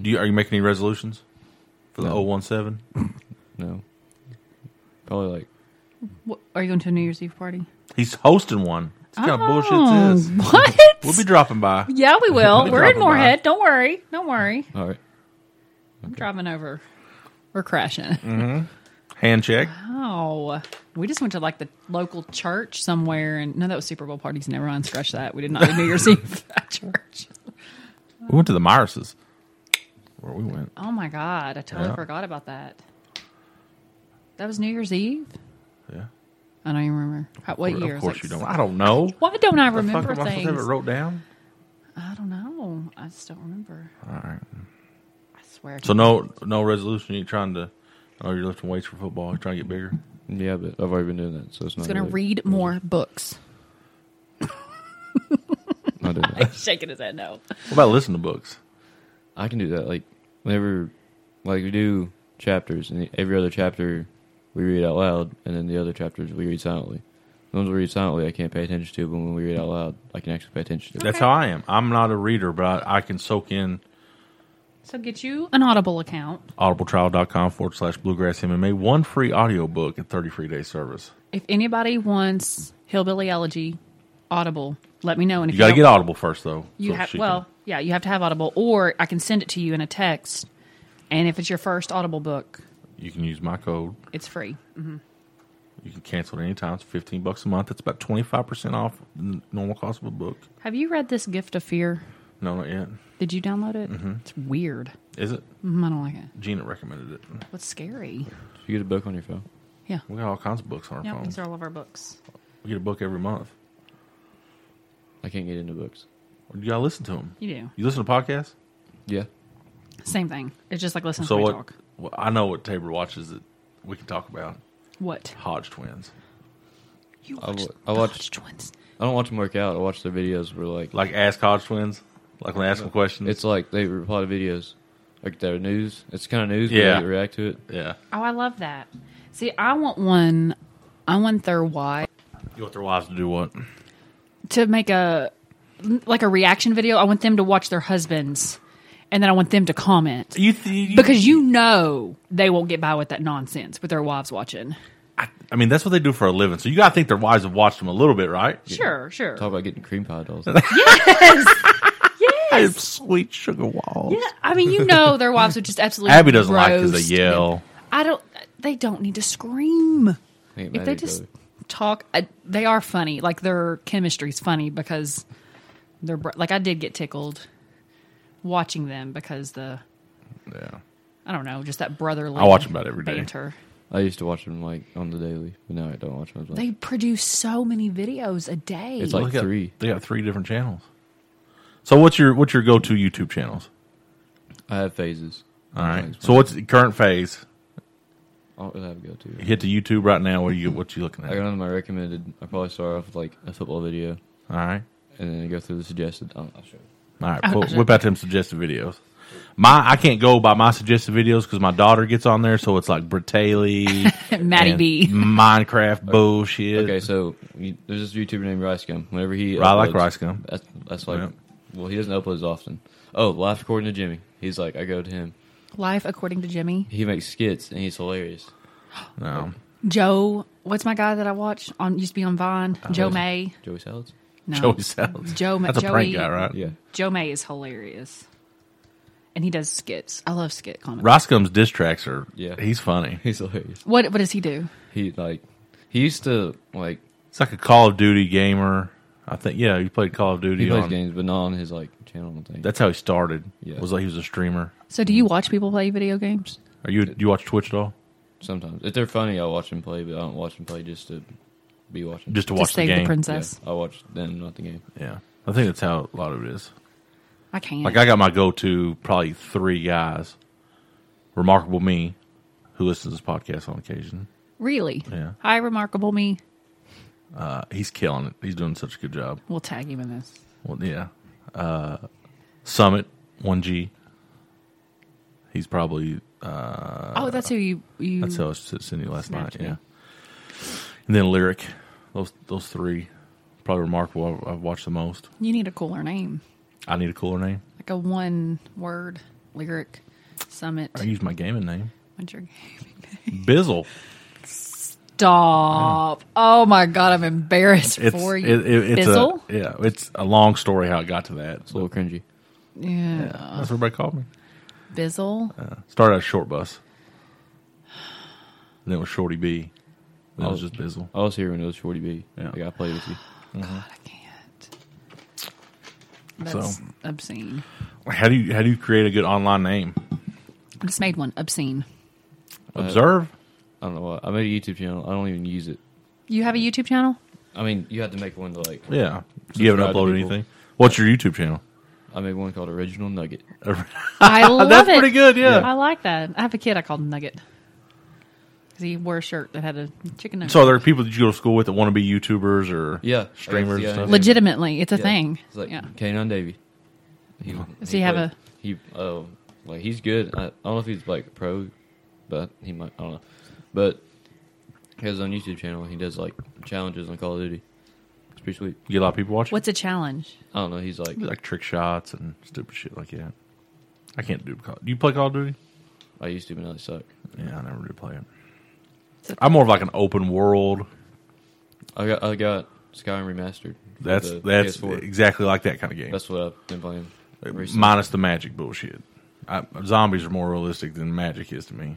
Speaker 4: Do you, are you making any resolutions for the
Speaker 6: No.
Speaker 4: 017?
Speaker 6: no, probably like
Speaker 5: What, are you going to a New Year's Eve party?
Speaker 4: He's hosting one. It's kind
Speaker 5: Oh.
Speaker 4: of bullshit is this?
Speaker 5: What?
Speaker 4: We'll be dropping by.
Speaker 5: yeah, we will.
Speaker 4: be
Speaker 5: We're in
Speaker 4: dropping by.
Speaker 5: Moorhead. Don't worry. Don't worry.
Speaker 6: all right.
Speaker 5: I'm driving over. We're crashing.
Speaker 4: Hand check.
Speaker 5: Oh, we just went to like the local church somewhere, and no, that was Super Bowl parties. Never mind, scratch that. We did not do New Year's Eve at church.
Speaker 4: We went to the Myerses. Where we went.
Speaker 5: Oh my god, I totally
Speaker 4: Yeah.
Speaker 5: forgot about that. That was New Year's Eve.
Speaker 4: Yeah.
Speaker 5: I don't even remember How, what
Speaker 4: Of
Speaker 5: year. It's
Speaker 4: course
Speaker 5: like-
Speaker 4: you don't. I don't know.
Speaker 5: Why don't I
Speaker 4: The fuck
Speaker 5: remember
Speaker 4: am I supposed to have it
Speaker 5: things?
Speaker 4: wrote down?
Speaker 5: I don't know. I just don't remember.
Speaker 4: All right.
Speaker 5: I swear.
Speaker 4: So no, no resolution. You trying to? Oh, you're lifting weights for football. You're trying to get bigger.
Speaker 6: Yeah, but I've already been doing that, so it's not.
Speaker 5: He's gonna
Speaker 6: really-
Speaker 5: read more books.
Speaker 6: Not doing that.
Speaker 5: Shaking his head no.
Speaker 4: What about listen to books?
Speaker 6: I can do that. Like whenever, like we do chapters, and every other chapter we read out loud, and then the other chapters we read silently. The ones we read silently, I can't pay attention to, but when we read out loud, I can actually pay attention to.
Speaker 4: That's how I am. I'm not a reader, but I, I can soak in
Speaker 5: So get you an Audible account.
Speaker 4: audibletrial.com forward slash bluegrass MMA. One free audiobook and 30 free day service.
Speaker 5: If anybody wants Hillbilly Elegy, Audible, let me know. And if
Speaker 4: You got to
Speaker 5: don't-
Speaker 4: get Audible first, though.
Speaker 5: You
Speaker 4: so
Speaker 5: have
Speaker 4: she
Speaker 5: well, yeah, you have to have Audible, or I can send it to you in a text. And if it's your first Audible book,
Speaker 4: can, you can use my code.
Speaker 5: it's free.
Speaker 4: You can cancel it anytime. It's 15 bucks a month. It's about 25% off the normal cost of a book.
Speaker 5: Have you read this Gift of Fear?
Speaker 4: No, not yet.
Speaker 5: Did you download it?
Speaker 4: Mm-hmm.
Speaker 5: It's weird.
Speaker 4: Is it?
Speaker 5: Mm, I don't like it.
Speaker 4: Gina recommended it.
Speaker 5: What's scary?
Speaker 6: You get a book on your phone.
Speaker 5: Yeah.
Speaker 4: We got all kinds of books on our
Speaker 5: Yep,
Speaker 4: phones.
Speaker 5: these are all of our books.
Speaker 4: we get a book every month.
Speaker 6: I can't get into books.
Speaker 4: You gotta listen to them.
Speaker 5: You do.
Speaker 4: You listen to podcasts.
Speaker 6: Yeah,
Speaker 5: Same thing. It's just like listening
Speaker 4: so
Speaker 5: to me
Speaker 4: what?
Speaker 5: talk.
Speaker 4: well, I know what Tabor watches that we can talk about.
Speaker 5: What?
Speaker 4: Hodge twins,
Speaker 5: You
Speaker 6: I
Speaker 5: watched
Speaker 6: wa- I
Speaker 5: the
Speaker 6: watched-
Speaker 5: Hodge twins.
Speaker 6: I don't watch them work out. I watch their videos where like
Speaker 4: like ask Hodge twins, like when they ask them questions.
Speaker 6: it's like they reply to videos, like their news. It's kind of news. but
Speaker 4: Yeah.
Speaker 6: they react to it.
Speaker 4: yeah.
Speaker 5: Oh, I love that. See, I want one. I want their why
Speaker 4: You want their wives to do what?
Speaker 5: to make a like a reaction video. I want them to watch their husbands, and then I want them to comment.
Speaker 4: You, th- you
Speaker 5: because you know they won't get by with that nonsense with their wives watching.
Speaker 4: I mean, that's what they do for a living. So you gotta think their wives have watched them a little bit, right?
Speaker 5: Sure, sure.
Speaker 6: Talk about getting cream pie dolls.
Speaker 4: I have sweet sugar walls.
Speaker 5: I mean, you know their wives would just absolutely.
Speaker 4: Abby doesn't like 'cause they
Speaker 5: roast
Speaker 4: yell.
Speaker 5: them. I don't. They don't need to scream.
Speaker 6: I ain't
Speaker 5: If
Speaker 6: mad
Speaker 5: they
Speaker 6: at each
Speaker 5: just
Speaker 6: other.
Speaker 5: talk, I, they are funny. Like their chemistry's funny because they're br- like I did get tickled watching them because the
Speaker 4: Yeah.
Speaker 5: I don't know, just that brotherly.
Speaker 4: I watch 'em about every day.
Speaker 5: Banter.
Speaker 6: I used to watch them like on the daily, but now I don't watch them as much.
Speaker 5: They produce so many videos a day.
Speaker 6: It's like-
Speaker 4: They got-
Speaker 6: three.
Speaker 4: They got three different channels. So what's your what's your go to YouTube channels?
Speaker 6: I have phases.
Speaker 4: All right. So what's the current phase?
Speaker 6: I don't really have a go to.
Speaker 4: Hit to YouTube right now. What are you what you looking
Speaker 6: I
Speaker 4: at?
Speaker 6: got on my recommended. I probably start off with like a football video,
Speaker 4: All right.
Speaker 6: and then I go through the suggested. um, I'll, I'll show you.
Speaker 4: All right, pull, whip out them suggested videos. My, I can't go by my suggested videos because my daughter gets on there, so it's like Britaley,
Speaker 5: Maddie
Speaker 4: and
Speaker 5: B.
Speaker 4: Minecraft bullshit.
Speaker 6: Okay, so you, there's this YouTuber named Rice Gum. Whenever he,
Speaker 4: I like
Speaker 6: uploads-
Speaker 4: Rice Gum.
Speaker 6: That's, that's like,
Speaker 4: Yeah.
Speaker 6: well, he doesn't upload as often. Oh, life according to Jimmy. He's like, I go to him.
Speaker 5: Life according to Jimmy.
Speaker 6: He makes skits and he's hilarious.
Speaker 4: no,
Speaker 5: Joe, what's my guy that I watch on used to be on Vine?
Speaker 4: Oh,
Speaker 5: Joe May.
Speaker 6: Joey Salads.
Speaker 5: No.
Speaker 4: Joey Salads.
Speaker 5: Joe Ma-
Speaker 4: That's a prank
Speaker 5: Joey-
Speaker 4: guy, right?
Speaker 6: Yeah,
Speaker 5: Joe May is hilarious. And he does skits. I love skit comedy.
Speaker 4: Roscom's diss tracks are.
Speaker 6: Yeah.
Speaker 4: he's funny.
Speaker 6: he's hilarious.
Speaker 5: What what does he do?
Speaker 6: He like, he used to like
Speaker 4: It's like a Call of Duty gamer. I think. Yeah, he played Call of Duty.
Speaker 6: he plays
Speaker 4: on-
Speaker 6: games, but not on his like channel. I don't think.
Speaker 4: That's how he started.
Speaker 6: Yeah.
Speaker 4: was like he was a streamer.
Speaker 5: So do you watch people play video games?
Speaker 4: Are you? Do you watch Twitch at all?
Speaker 6: Sometimes if they're funny, I watch them play, but I don't watch them play just to be watching.
Speaker 4: Just to
Speaker 5: to
Speaker 4: watch
Speaker 5: save
Speaker 4: the
Speaker 5: the,
Speaker 4: game.
Speaker 5: princess?
Speaker 6: Yeah, I watch them, not the game.
Speaker 4: yeah, I think that's how a lot of it is.
Speaker 5: I can't.
Speaker 4: Like I got my go to probably three guys. Remarkable me, who listens to this podcast on occasion.
Speaker 5: really?
Speaker 4: Yeah.
Speaker 5: Hi, remarkable me.
Speaker 4: Uh, he's killing it. He's doing such a good job.
Speaker 5: We'll tag him in this.
Speaker 4: Well, yeah. Uh, Summit one G. He's probably
Speaker 5: oh, that's who you you.
Speaker 4: Uh, that's how I was sending you last night.
Speaker 5: Snapped me.
Speaker 4: Yeah. And then lyric, those those three, probably remarkable. I've, I've watched the most.
Speaker 5: you need a cooler name,
Speaker 4: I need a cooler name.
Speaker 5: like a one word lyric summit.
Speaker 4: I use my gaming name,
Speaker 5: What's your
Speaker 4: Bizzle.
Speaker 5: Stop! Oh my god, I'm embarrassed
Speaker 4: It's
Speaker 5: for
Speaker 4: it,
Speaker 5: you.
Speaker 4: it- it's
Speaker 5: Bizzle?
Speaker 4: a yeah. It's a long story how it got to that.
Speaker 6: It's a little cringy.
Speaker 5: yeah.
Speaker 4: That's what everybody called me.
Speaker 5: Bizzle.
Speaker 4: Uh, Started as short bus. And then it was Shorty B. Then
Speaker 6: Oh.
Speaker 4: it was just Bizzle.
Speaker 6: I was here when it was Shorty B.
Speaker 4: Yeah.
Speaker 6: Like I played with you.
Speaker 5: God, I can't. That's
Speaker 4: So-
Speaker 5: obscene.
Speaker 4: How do you how do you create a good online name?
Speaker 5: I just made one obscene.
Speaker 6: Uh,
Speaker 4: Observe.
Speaker 6: I don't know why. I made a YouTube channel. I don't even use it.
Speaker 5: You have a YouTube channel?
Speaker 6: I mean, you have to make one to like.
Speaker 4: yeah. You haven't
Speaker 6: subscribe to
Speaker 4: uploaded
Speaker 6: people.
Speaker 4: anything. What's your YouTube channel?
Speaker 6: I made one called Original Nugget.
Speaker 5: I love
Speaker 4: That's
Speaker 5: it.
Speaker 4: pretty good, yeah.
Speaker 5: I like that. I have a kid I called Nugget because he wore a shirt that had a chicken nugget.
Speaker 4: So are there people that you go to school with that want to be YouTubers or
Speaker 6: Yeah,
Speaker 4: streamers
Speaker 6: yeah,
Speaker 4: and stuff?
Speaker 6: yeah.
Speaker 5: legitimately, it's a thing.
Speaker 6: It's like
Speaker 5: yeah.
Speaker 6: K9 Davey. He,
Speaker 5: Does he have
Speaker 6: played-
Speaker 5: a-
Speaker 6: He oh, like he's good. I, I don't know if he's like pro, but he might. I don't know. But he has his own YouTube channel. He does like challenges on Call of Duty. It's pretty sweet.
Speaker 4: You get a lot of people watching?
Speaker 5: What's a challenge?
Speaker 6: I don't know. He's like
Speaker 4: like trick shots and stupid shit like that. I can't do Call. Do you play Call of Duty?
Speaker 6: I used to, but now they suck.
Speaker 4: Yeah, I never did play it.
Speaker 5: It's a-
Speaker 4: I'm more of like an open world.
Speaker 6: I got I got Skyrim remastered. for
Speaker 4: That's
Speaker 6: the
Speaker 4: that's
Speaker 6: PS4.
Speaker 4: exactly like that kind of game.
Speaker 6: That's what I've been playing. Recently.
Speaker 4: minus the magic bullshit. I, zombies are more realistic than magic is to me.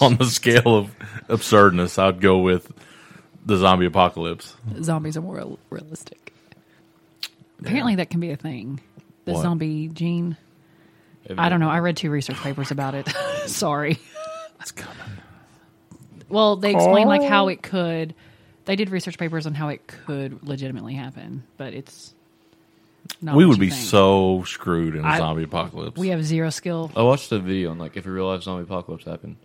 Speaker 4: On the scale of absurdness, I'd go with the zombie apocalypse.
Speaker 5: Zombies are more real- realistic. Apparently, that can be a thing. The
Speaker 4: What?
Speaker 5: zombie gene.
Speaker 6: Have
Speaker 5: I
Speaker 6: you-
Speaker 5: don't know. I read two research papers about it. Sorry.
Speaker 4: It's coming.
Speaker 5: Well, they explain like how it could. They did research papers on how it could legitimately happen, but it's. Not
Speaker 4: We
Speaker 5: what
Speaker 4: would be
Speaker 5: you think.
Speaker 4: so screwed in a
Speaker 5: I-
Speaker 4: zombie apocalypse.
Speaker 5: We have zero skill.
Speaker 6: I watched a video on like if a real life zombie apocalypse happened,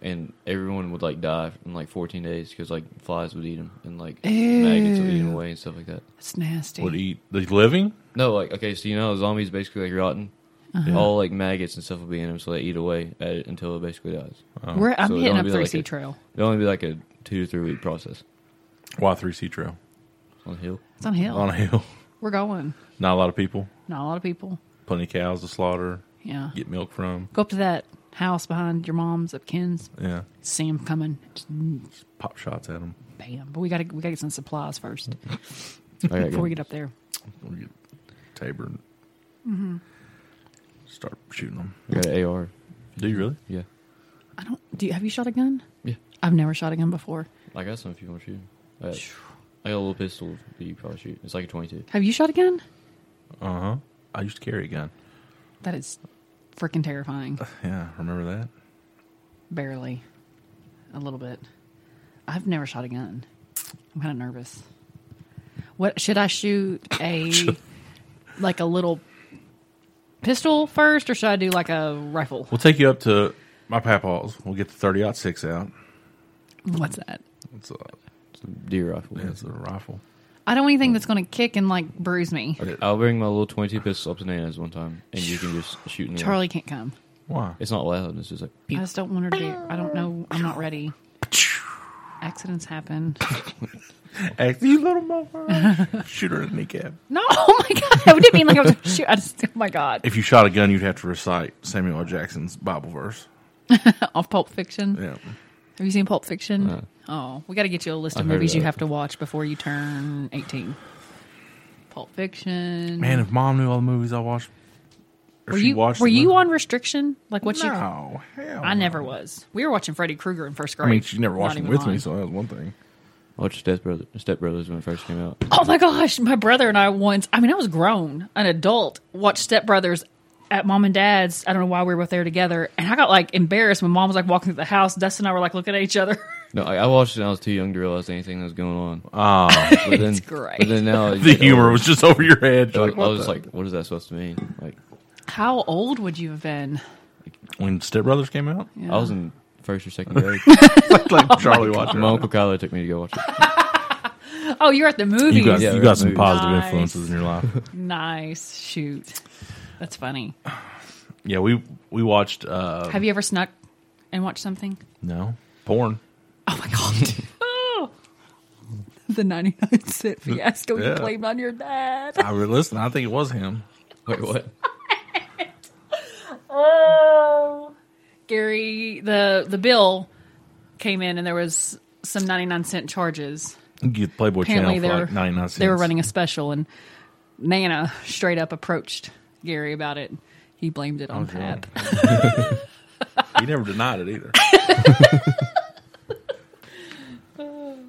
Speaker 6: and everyone would like die in like 14 days because like flies would eat them and like maggots would eat 'em away and stuff like that.
Speaker 5: It's nasty.
Speaker 4: would eat the living.
Speaker 6: No, like okay, so you know zombies basically like rotten.
Speaker 5: Uh-huh.
Speaker 6: All like maggots and stuff will be in them, so they eat away at it until it basically dies.
Speaker 5: We're, I'm
Speaker 6: So it'd
Speaker 5: hitting
Speaker 6: only
Speaker 5: up
Speaker 6: be
Speaker 5: 3C
Speaker 6: like a-
Speaker 5: Trail.
Speaker 6: It'll only be like a two to three week process
Speaker 4: Why three C trail
Speaker 6: on the hill.
Speaker 5: It's on hill.
Speaker 4: on a hill?
Speaker 5: We're going.
Speaker 4: Not a lot of people.
Speaker 5: Not a lot of people.
Speaker 4: Plenty of cows to slaughter.
Speaker 5: Yeah.
Speaker 4: Get milk from.
Speaker 5: Go up to that house behind your mom's up Ken's.
Speaker 4: Yeah,
Speaker 5: See him coming. Just mm,
Speaker 4: pop shots at them.
Speaker 5: bam. But we gotta we gotta get some supplies first
Speaker 6: I
Speaker 5: before we
Speaker 6: got
Speaker 5: get up there.
Speaker 4: We get Tabor. And
Speaker 5: Mm-hmm.
Speaker 4: Start shooting them.
Speaker 6: I got an AR.
Speaker 4: Do you really?
Speaker 6: Yeah,
Speaker 5: I don't. Do you, have you shot a gun?
Speaker 6: yeah.
Speaker 5: I've never shot a gun before.
Speaker 6: I got some if you want to shoot. Uh, 'em. I got, I got a little pistol that you probably shoot. It's like a 22.
Speaker 5: Have you shot a gun?
Speaker 4: Uh huh. I used to carry a gun.
Speaker 5: That is freaking terrifying.
Speaker 4: Yeah, remember that?
Speaker 5: Barely. A little bit. I've never shot a gun. I'm kind of nervous. What should I shoot a like a little pistol first or should I do like a rifle?
Speaker 4: We'll take you up to my papaw's. We'll get the thirty six out.
Speaker 5: What's that?
Speaker 4: It's a,
Speaker 6: It's a deer rifle.
Speaker 4: yeah, it's a rifle.
Speaker 5: I don't want anything that's going to kick and like bruise me.
Speaker 6: Okay, I'll bring my little 22 pistol up to Nana's one time, and you can just shoot in the air.
Speaker 5: Charlie can't come.
Speaker 4: Why?
Speaker 6: It's not loud. It's just like
Speaker 5: I just don't want her to be. I don't know. I'm not ready. Accidents happen.
Speaker 4: Act, you little motherfucker. Shoot her in the kneecap.
Speaker 5: No, oh my god, I didn't mean like I was shoot. I just, oh my god,
Speaker 4: If you shot a gun, you'd have to recite Samuel L. Jackson's Bible verse.
Speaker 5: off Oh, Pulp Fiction.
Speaker 4: Yeah. Uh-huh.
Speaker 5: Have you seen Pulp Fiction? oh, we got to get you a list of
Speaker 6: I've heard
Speaker 5: movies
Speaker 6: of
Speaker 5: you
Speaker 6: it.
Speaker 5: have to watch before you turn 18. Pulp Fiction.
Speaker 4: Man, if mom knew all the movies I watched, or
Speaker 5: were
Speaker 4: she
Speaker 5: you
Speaker 4: watched
Speaker 5: were
Speaker 4: them-
Speaker 5: you on restriction? Like what you?
Speaker 4: No, "Oh, hell.
Speaker 5: I
Speaker 4: no.
Speaker 5: never was. We were watching Freddy Krueger in first grade.
Speaker 4: I mean, she never
Speaker 5: Not
Speaker 4: watched them
Speaker 5: even
Speaker 4: with me,
Speaker 5: lying.
Speaker 4: so that was one thing.
Speaker 6: watch Step Brothers, Step Brothers when it first came out.
Speaker 5: Oh my gosh, my brother and I once, I mean, I was grown, an adult, watched Step Brothers at mom and dad's. I don't know why we were both there together. And I got like embarrassed when mom was like walking through the house. Dustin and I were like looking at each other.
Speaker 6: No, I, I watched it. and I was too young to realize anything that was going on.
Speaker 4: Oh,
Speaker 6: But then,
Speaker 5: great.
Speaker 6: But then now
Speaker 4: the humor was just over your head. Like,
Speaker 6: I was, I
Speaker 4: what
Speaker 6: was
Speaker 4: the-
Speaker 6: like, what is that supposed to mean? Like,
Speaker 5: How old would you have been?
Speaker 4: when Step Brothers came out,
Speaker 5: Oh
Speaker 6: I was in first or second grade.
Speaker 4: like, like Charlie watching.
Speaker 6: my uncle Kyler took me to go watch it.
Speaker 5: Oh, you're at the movies.
Speaker 4: You got
Speaker 6: Yeah,
Speaker 4: you
Speaker 6: right,
Speaker 4: got some
Speaker 6: movies.
Speaker 4: positive
Speaker 5: Nice.
Speaker 4: influences in your life.
Speaker 5: Nice. Shoot. That's funny.
Speaker 4: yeah, we we watched uh
Speaker 5: Have you ever snuck and watched something?
Speaker 4: no porn.
Speaker 5: Oh my God. Oh. The 99 cent fiasco
Speaker 4: Yeah.
Speaker 5: you blamed on your dad.
Speaker 4: I re- listen. I think it was him.
Speaker 6: Wait, what?
Speaker 5: Oh, Gary, the the bill came in, and there was some ninety nine cent charges.
Speaker 4: You get Playboy Channel
Speaker 5: Apparently, they
Speaker 4: for
Speaker 5: were
Speaker 4: like ninety nine cents.
Speaker 5: they were running a special, and Nana straight up approached Gary about it. He blamed it on
Speaker 4: sure.
Speaker 5: Pap.
Speaker 4: He never denied it either.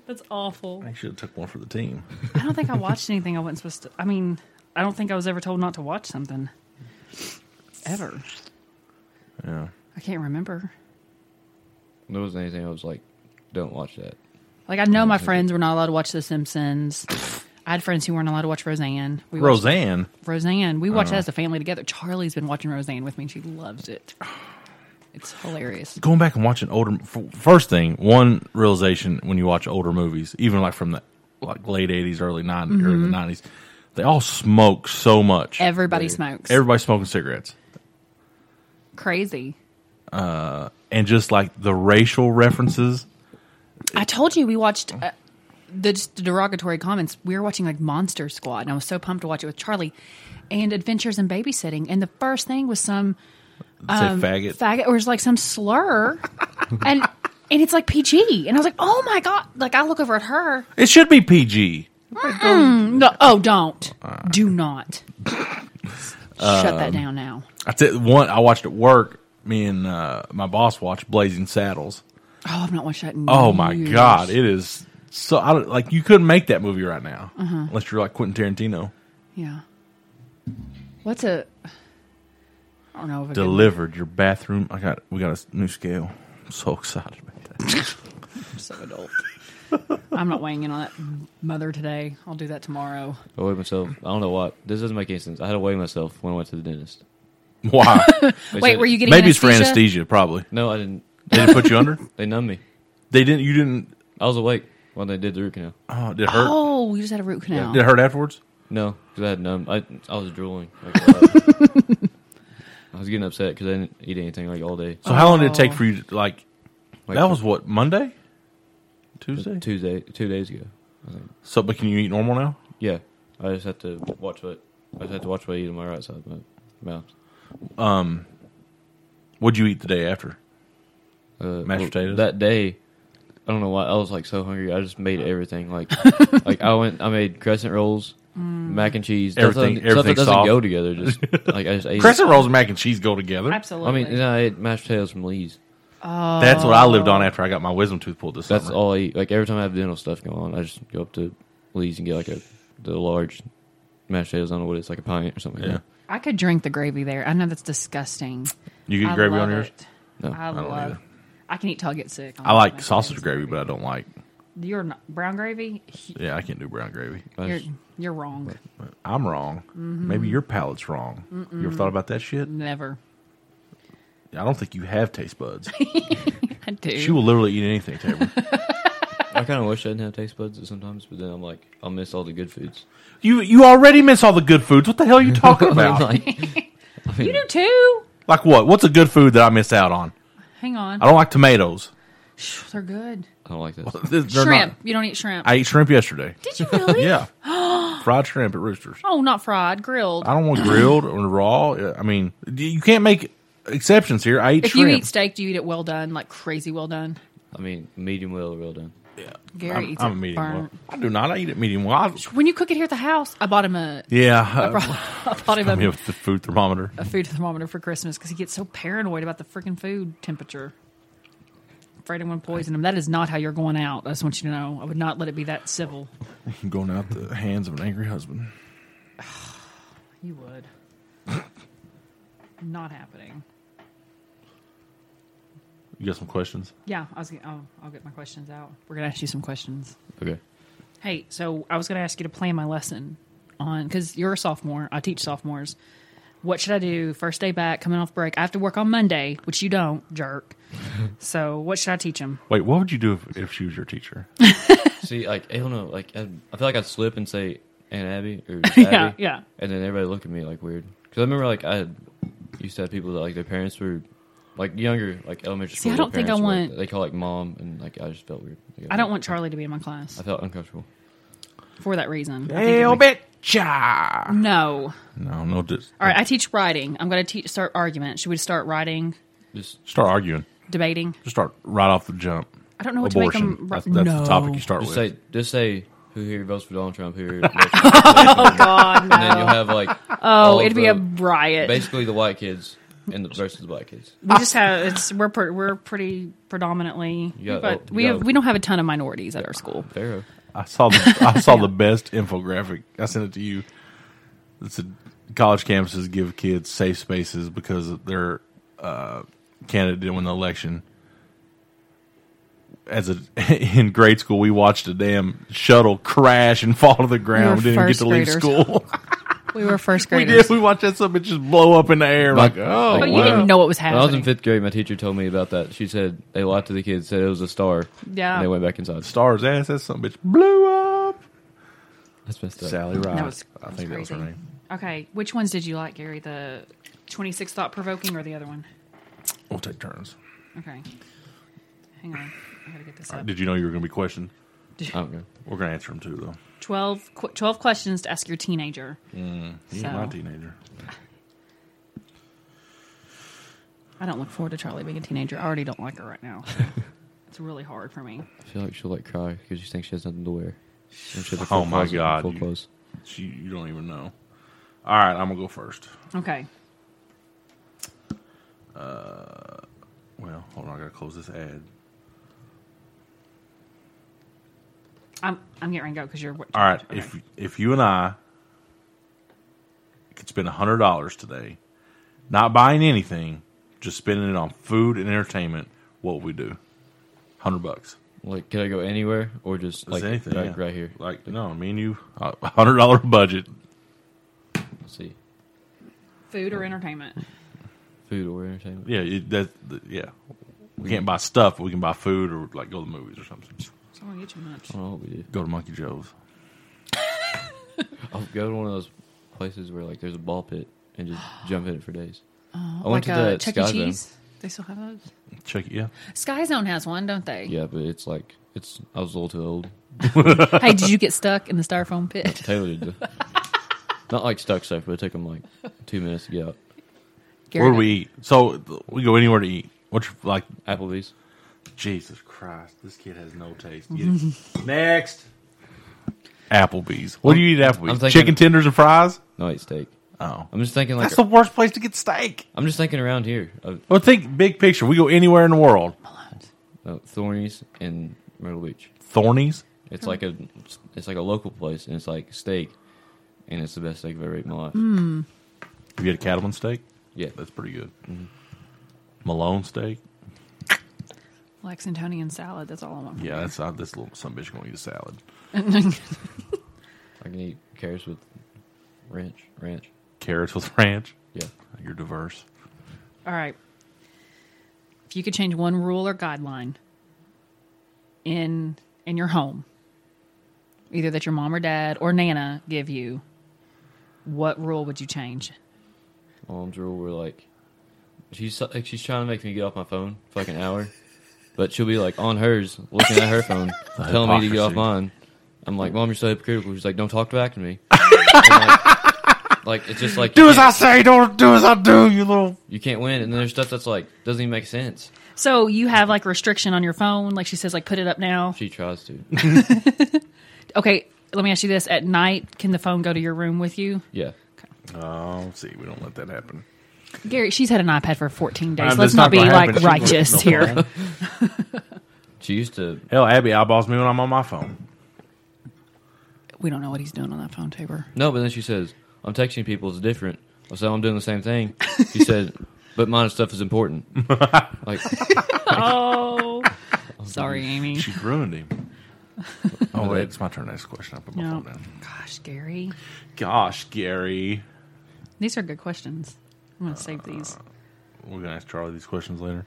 Speaker 5: That's awful.
Speaker 4: I should have took one for the team.
Speaker 5: I don't think I watched anything I wasn't supposed to. I mean, I don't think I was ever told not to watch something. Ever.
Speaker 4: Yeah.
Speaker 5: I can't remember.
Speaker 6: There wasn't anything. I was like, don't watch that.
Speaker 5: Like I know my friends were not allowed to watch The Simpsons. I had friends who weren't allowed to watch Roseanne. We watched-
Speaker 4: Roseanne.
Speaker 5: Roseanne. We
Speaker 4: Uh.
Speaker 5: watch that as a family together. Charlie's been watching Roseanne with me. and She loves it. It's hilarious.
Speaker 4: Going back and watching older. f- First thing, one realization when you watch older movies, even like from the like late eighties, early 90s or
Speaker 5: Mm-hmm.
Speaker 4: the nineties, they all smoke so much.
Speaker 5: Everybody smokes.
Speaker 4: Everybody smoking cigarettes.
Speaker 5: Crazy.
Speaker 4: and just like the racial references.
Speaker 5: I told you we watched uh, the, just the derogatory comments. We were watching like Monster Squad, and I was so pumped to watch it with Charlie. And Adventures in Babysitting, and the first thing was some Um,
Speaker 4: say faggot.
Speaker 5: faggot or it's like some slur, and and it's like PG, and I was like, oh my god! Like I look over at her.
Speaker 4: it should be PG. Mm.
Speaker 5: No, oh, don't,
Speaker 4: Uh.
Speaker 5: do not. Shut
Speaker 4: Um,
Speaker 5: that down now.
Speaker 4: I t- one I watched at work. Me and uh, my boss watched Blazing Saddles.
Speaker 5: Oh, I've not watched that. In
Speaker 4: Oh my
Speaker 5: years.
Speaker 4: god, it is so I, don't- like you couldn't make that movie right now
Speaker 5: Uh-huh.
Speaker 4: unless you're like Quentin Tarantino.
Speaker 5: Yeah. What's a? I don't know. If I could-
Speaker 4: Delivered your bathroom. I got we got a s- new scale. I'm so excited about that.
Speaker 5: I'm so adult. I'm not weighing in on that mother today. I'll do that tomorrow.
Speaker 6: I weighed myself. I don't know what. This doesn't make any sense. I had to weigh myself when I went to the dentist.
Speaker 4: Why?
Speaker 6: They
Speaker 5: Wait,
Speaker 6: said-
Speaker 5: were you getting
Speaker 4: Maybe it's for
Speaker 5: anesthesia?
Speaker 4: anesthesia. Probably
Speaker 6: No, I didn't.
Speaker 4: did it put you under?
Speaker 6: They numbed me.
Speaker 4: They didn't. You didn't.
Speaker 6: I was awake when they did the root canal.
Speaker 4: Oh, did it hurt?
Speaker 5: Oh, you just had a root canal.
Speaker 4: Did it hurt afterwards?
Speaker 6: No, because I had numb. I, I was drooling. Like, a lot. I was getting upset because I didn't eat anything like all day.
Speaker 4: So how long did it
Speaker 5: Oh.
Speaker 4: take for you to like?
Speaker 6: Like,
Speaker 4: that was what Monday, Tuesday.
Speaker 6: Tuesday, Tuesday, two days ago.
Speaker 4: So, but can you eat normal now?
Speaker 6: Yeah, I just had to watch what I just had to watch what I eat on my right side of my mouth.
Speaker 4: What'd you eat the day after?
Speaker 6: Uh,
Speaker 4: Mashed potatoes?
Speaker 6: That day, I don't know why I was like so hungry. I just made everything like like I went. I made crescent rolls, mac and cheese. stuff that-
Speaker 4: Everything-
Speaker 6: stuff,
Speaker 4: everything
Speaker 6: that doesn't
Speaker 4: soft.
Speaker 6: go together. Just like I just ate. it.
Speaker 4: Crescent rolls and mac and cheese go together.
Speaker 5: Absolutely.
Speaker 6: I mean, you know, I ate mashed potatoes from Lee's.
Speaker 4: That's what I lived
Speaker 5: Oh.
Speaker 4: on after I got my wisdom tooth pulled this
Speaker 6: That's
Speaker 4: summer.
Speaker 6: all I eat. Like every time I have dental stuff going on, I just go up to Lee's and get like a the large mashed potatoes. I don't know what it's like a pint or something.
Speaker 4: Yeah.
Speaker 6: Like that.
Speaker 5: I could drink the gravy there. I know that's disgusting.
Speaker 4: You get
Speaker 5: I
Speaker 4: gravy
Speaker 5: love
Speaker 4: on yours?
Speaker 5: it.
Speaker 6: No,
Speaker 5: I,
Speaker 4: don't
Speaker 5: love.
Speaker 4: either.
Speaker 5: I can eat till I get sick.
Speaker 4: I like sausage gravy, but I don't like.
Speaker 5: You're not brown gravy.
Speaker 4: Yeah, I can't do brown gravy.
Speaker 5: You're you're wrong.
Speaker 4: I'm wrong.
Speaker 5: Mm-hmm.
Speaker 4: Maybe your palate's wrong. You ever thought about that shit?
Speaker 5: Never.
Speaker 4: I don't think you have taste buds.
Speaker 5: I do.
Speaker 4: she will literally eat anything, Taylor.
Speaker 6: I kind of wish I didn't have taste buds sometimes, but then I'm like, I'll miss all the good foods.
Speaker 4: you you already miss all the good foods. What the hell are you talking about?
Speaker 6: Like,
Speaker 5: you do too.
Speaker 4: like what? What's a good food that I miss out on?
Speaker 5: Hang on.
Speaker 4: I don't like tomatoes.
Speaker 5: They're good.
Speaker 6: I don't like this.
Speaker 4: They're not-
Speaker 5: shrimp. you don't eat shrimp.
Speaker 4: I ate shrimp yesterday.
Speaker 5: Did you really?
Speaker 4: Yeah, fried shrimp at Roosters.
Speaker 5: Oh, not fried, grilled.
Speaker 4: I don't want grilled or raw. Yeah, I mean, you can't make exceptions here. I eat
Speaker 5: If
Speaker 4: shrimp.
Speaker 5: you eat steak, do you eat it well done, like crazy well done?
Speaker 6: I mean, medium well, real done.
Speaker 5: Gary
Speaker 4: I'm,
Speaker 5: eats
Speaker 4: I'm a
Speaker 5: it
Speaker 4: medium well.
Speaker 5: burnt.
Speaker 4: I do not. I eat it medium well. I,
Speaker 5: When you cook it here at the house, I bought him a
Speaker 6: uh,
Speaker 4: yeah,
Speaker 5: I bought him
Speaker 4: I mean,
Speaker 5: a,
Speaker 4: with the food thermometer.
Speaker 5: a food thermometer for Christmas because he gets so paranoid about the freaking food temperature. Afraid I'm going to poison him. That is not how you're going out. I just want you to know. I would not let it be that civil.
Speaker 4: I'm going out the hands of an angry husband.
Speaker 5: You would. not happening.
Speaker 4: You got some questions?
Speaker 5: Yeah, I was. gonna- I'll, I'll get my questions out. We're gonna ask you some questions.
Speaker 6: Okay.
Speaker 5: Hey, so I was going to ask you to plan my lesson on because you're a sophomore. I teach sophomores. What should I do? First day back, coming off break. I have to work on Monday, which you don't, jerk. so what should I teach them?
Speaker 4: Wait, what would you do if, if she was your teacher?
Speaker 6: See, like, I don't know. Like, I, I feel like I'd slip and say Aunt Abby or
Speaker 5: Yeah,
Speaker 6: Abby,
Speaker 5: yeah.
Speaker 6: and then everybody look at me like weird. Because I remember, like, I had- used to have people that like their parents were like younger, like elementary
Speaker 5: See,
Speaker 6: school.
Speaker 5: I
Speaker 6: their
Speaker 5: don't think
Speaker 6: parents
Speaker 5: I
Speaker 6: were,
Speaker 5: want-
Speaker 6: Like, they call like mom, and like I just felt weird. Like,
Speaker 5: I don't want Charlie to be in my class
Speaker 6: I felt uncomfortable.
Speaker 5: for that reason. I think it
Speaker 4: Hell,
Speaker 5: would-
Speaker 4: bitcha!
Speaker 5: No.
Speaker 4: No, no, just
Speaker 5: All right, I teach writing. I'm going to teach start argument. Should we start writing,
Speaker 6: Just
Speaker 4: start arguing.
Speaker 5: debating?
Speaker 4: Just start right off the jump.
Speaker 5: I don't know what to make
Speaker 4: Abortion.
Speaker 5: 'em-
Speaker 4: That's, that's
Speaker 5: No.
Speaker 4: the topic you start
Speaker 6: just
Speaker 4: with.
Speaker 6: say, just say who here votes for Donald Trump, who here. Votes for oh God! And then you'll have like
Speaker 5: Oh,
Speaker 6: all
Speaker 5: it'd
Speaker 6: of
Speaker 5: be a
Speaker 6: the-
Speaker 5: riot.
Speaker 6: basically the white kids and the versus the black kids.
Speaker 5: We just have it's we're pre- we're pretty predominantly,
Speaker 6: Yeah,
Speaker 5: but
Speaker 6: oh,
Speaker 5: we
Speaker 6: yeah.
Speaker 5: have, we don't have a ton of minorities at our school.
Speaker 6: Pharaoh.
Speaker 4: I saw the I saw the best infographic. I sent it to you. It said college campuses give kids safe spaces because their uh, candidate won the election. As a in grade school, we watched a damn shuttle crash and fall to the ground. didn't
Speaker 5: We were
Speaker 4: get
Speaker 5: first
Speaker 4: to leave
Speaker 5: graders. Oh,
Speaker 4: school.
Speaker 5: We were first
Speaker 4: we
Speaker 5: graders.
Speaker 4: did. We watched that stuff. It just blow up in the air. Like, oh,
Speaker 5: But you
Speaker 4: wow.
Speaker 5: didn't know what was
Speaker 6: When I was in
Speaker 5: happening.
Speaker 6: fifth grade, my teacher told me about that. She said they lied to the kids, said it was a star.
Speaker 5: Yeah.
Speaker 6: And they went back inside.
Speaker 4: stars ass. That's something. Bitch blew up.
Speaker 6: That's messed up.
Speaker 4: Sally Ride.
Speaker 5: That was,
Speaker 4: I think that was her
Speaker 5: crazy.
Speaker 4: name.
Speaker 5: Okay, which ones did you like, Gary? The twenty six thought provoking or the other one?
Speaker 4: We'll take turns.
Speaker 5: Okay, hang on, I gotta get this up.
Speaker 4: Did you know you were going to be questioned?
Speaker 6: I
Speaker 5: oh.
Speaker 6: don't know.
Speaker 4: We're going to answer them too, though.
Speaker 5: 12, qu- 12 questions to ask your teenager.
Speaker 4: He's
Speaker 5: So-
Speaker 4: my teenager.
Speaker 5: I don't look forward to Charlie being a teenager. I already don't like her right now. it's really hard for me.
Speaker 6: I feel like she'll like cry because she thinks she has nothing to wear. And she has a
Speaker 4: Oh
Speaker 6: full
Speaker 4: my
Speaker 6: closet-
Speaker 4: God,
Speaker 6: Full
Speaker 4: you-
Speaker 6: clothes.
Speaker 4: She, you don't even know. All right, I'm gonna go first.
Speaker 5: Okay,
Speaker 4: Well, hold on, I gotta close this ad.
Speaker 5: I'm I'm getting ready to go because you're.
Speaker 4: All right, if if you and I could spend hundred dollars today, not buying anything, just spending it on food and entertainment, what would we do? Hundred bucks.
Speaker 6: Like, can I go anywhere or just
Speaker 4: That's
Speaker 6: like
Speaker 4: anything.
Speaker 6: right,
Speaker 4: yeah.
Speaker 6: right here?
Speaker 4: Like no, me and you, a hundred dollar budget.
Speaker 6: Let's see,
Speaker 5: food or entertainment.
Speaker 6: food or entertainment?
Speaker 4: Yeah, it, that that- yeah. We can't buy stuff, but we can buy food or like go to the movies or something.
Speaker 5: It's not gonna get you much.
Speaker 6: I don't know what we do.
Speaker 4: Go to Monkey Joe's.
Speaker 6: I'll go to one of those places where like there's a ball pit and just jump in it for days. I
Speaker 5: like a Chuck E.
Speaker 6: Zone.
Speaker 5: Cheese. They still have those.
Speaker 4: Check it. Yeah.
Speaker 5: Sky Zone has one, don't they?
Speaker 6: Yeah, but it's like it's. I was a little too old.
Speaker 5: hey, did you get stuck in the styrofoam pit?
Speaker 6: Taylor did. the- Not like stuck stuff, but it took him like two minutes to get out.
Speaker 5: Gary,
Speaker 4: Where do we eat? So th- we go anywhere to eat. What's your, like?
Speaker 6: Applebee's.
Speaker 4: Jesus Christ, this kid has no taste. Get it. Next, Applebee's. What do you eat at Applebee's?
Speaker 6: I'm thinking-
Speaker 4: Chicken tenders and fries.
Speaker 6: No, I ate steak.
Speaker 4: Oh,
Speaker 6: I'm just thinking like
Speaker 4: that's the worst place to get steak.
Speaker 6: I'm just thinking around here. Of,
Speaker 4: Well, think big picture. We go anywhere in the world.
Speaker 6: uh, Thorny's in Myrtle Beach.
Speaker 4: Thorny's.
Speaker 6: It's like a
Speaker 4: Hmm.
Speaker 6: it's like a local place, and it's like steak, and it's the best steak I've ever eaten in my life.
Speaker 4: Have you had a cattleman steak?
Speaker 6: Yeah.
Speaker 4: That's pretty good. Malone steak?
Speaker 5: Lexingtonian salad. That's all I want.
Speaker 4: Yeah, that's uh, this little some bitch gonna eat a salad.
Speaker 6: I can eat carrots with ranch. Ranch.
Speaker 4: Carrots with ranch.
Speaker 6: Yeah.
Speaker 4: You're diverse.
Speaker 5: All right. If you could change one rule or guideline in in your home, either that your mom or dad or nana give you, what rule would you change?
Speaker 6: My mom's rule were like, she's like she's trying to make me get off my phone for like an hour, but she'll be like on hers, looking at her phone, telling me to get off
Speaker 4: hypocrisy.
Speaker 6: mine. I'm like, mom, you're so hypocritical. She's like, don't talk back to me. And, like, like, it's just like
Speaker 4: Do as I say, don't do as I do, you little
Speaker 6: you can't win, and then there's stuff that's like doesn't even make sense.
Speaker 5: So you have like restriction on your phone, like she says, like put it up now.
Speaker 6: She tries to,
Speaker 5: Okay, let me ask you this: at night, can the phone go to your room with you?
Speaker 6: yeah.
Speaker 4: Oh, see, we don't let that happen.
Speaker 5: Gary, she's had an iPad for 14 days.
Speaker 4: Uh,
Speaker 5: Let's
Speaker 4: that's
Speaker 5: not,
Speaker 4: not
Speaker 5: be
Speaker 4: gonna
Speaker 5: like
Speaker 4: happen. She's
Speaker 5: righteous
Speaker 4: gonna- no
Speaker 5: here.
Speaker 6: She used to
Speaker 4: Hell, Abby eyeballs me when I'm on my phone.
Speaker 5: We don't know what he's doing on that phone, Tabor.
Speaker 6: no, but then she says, I'm texting people. It's different. I said, I'm doing the same thing. She said, but mine stuff is important. Like,
Speaker 5: Oh, sorry, Amy.
Speaker 4: She's ruined him. oh wait, it's my turn. Next question. I put my
Speaker 5: No.
Speaker 4: phone down.
Speaker 5: Gosh, Gary.
Speaker 4: Gosh, Gary.
Speaker 5: These are good questions. I'm going to save these.
Speaker 4: We're gonna ask Charlie these questions later.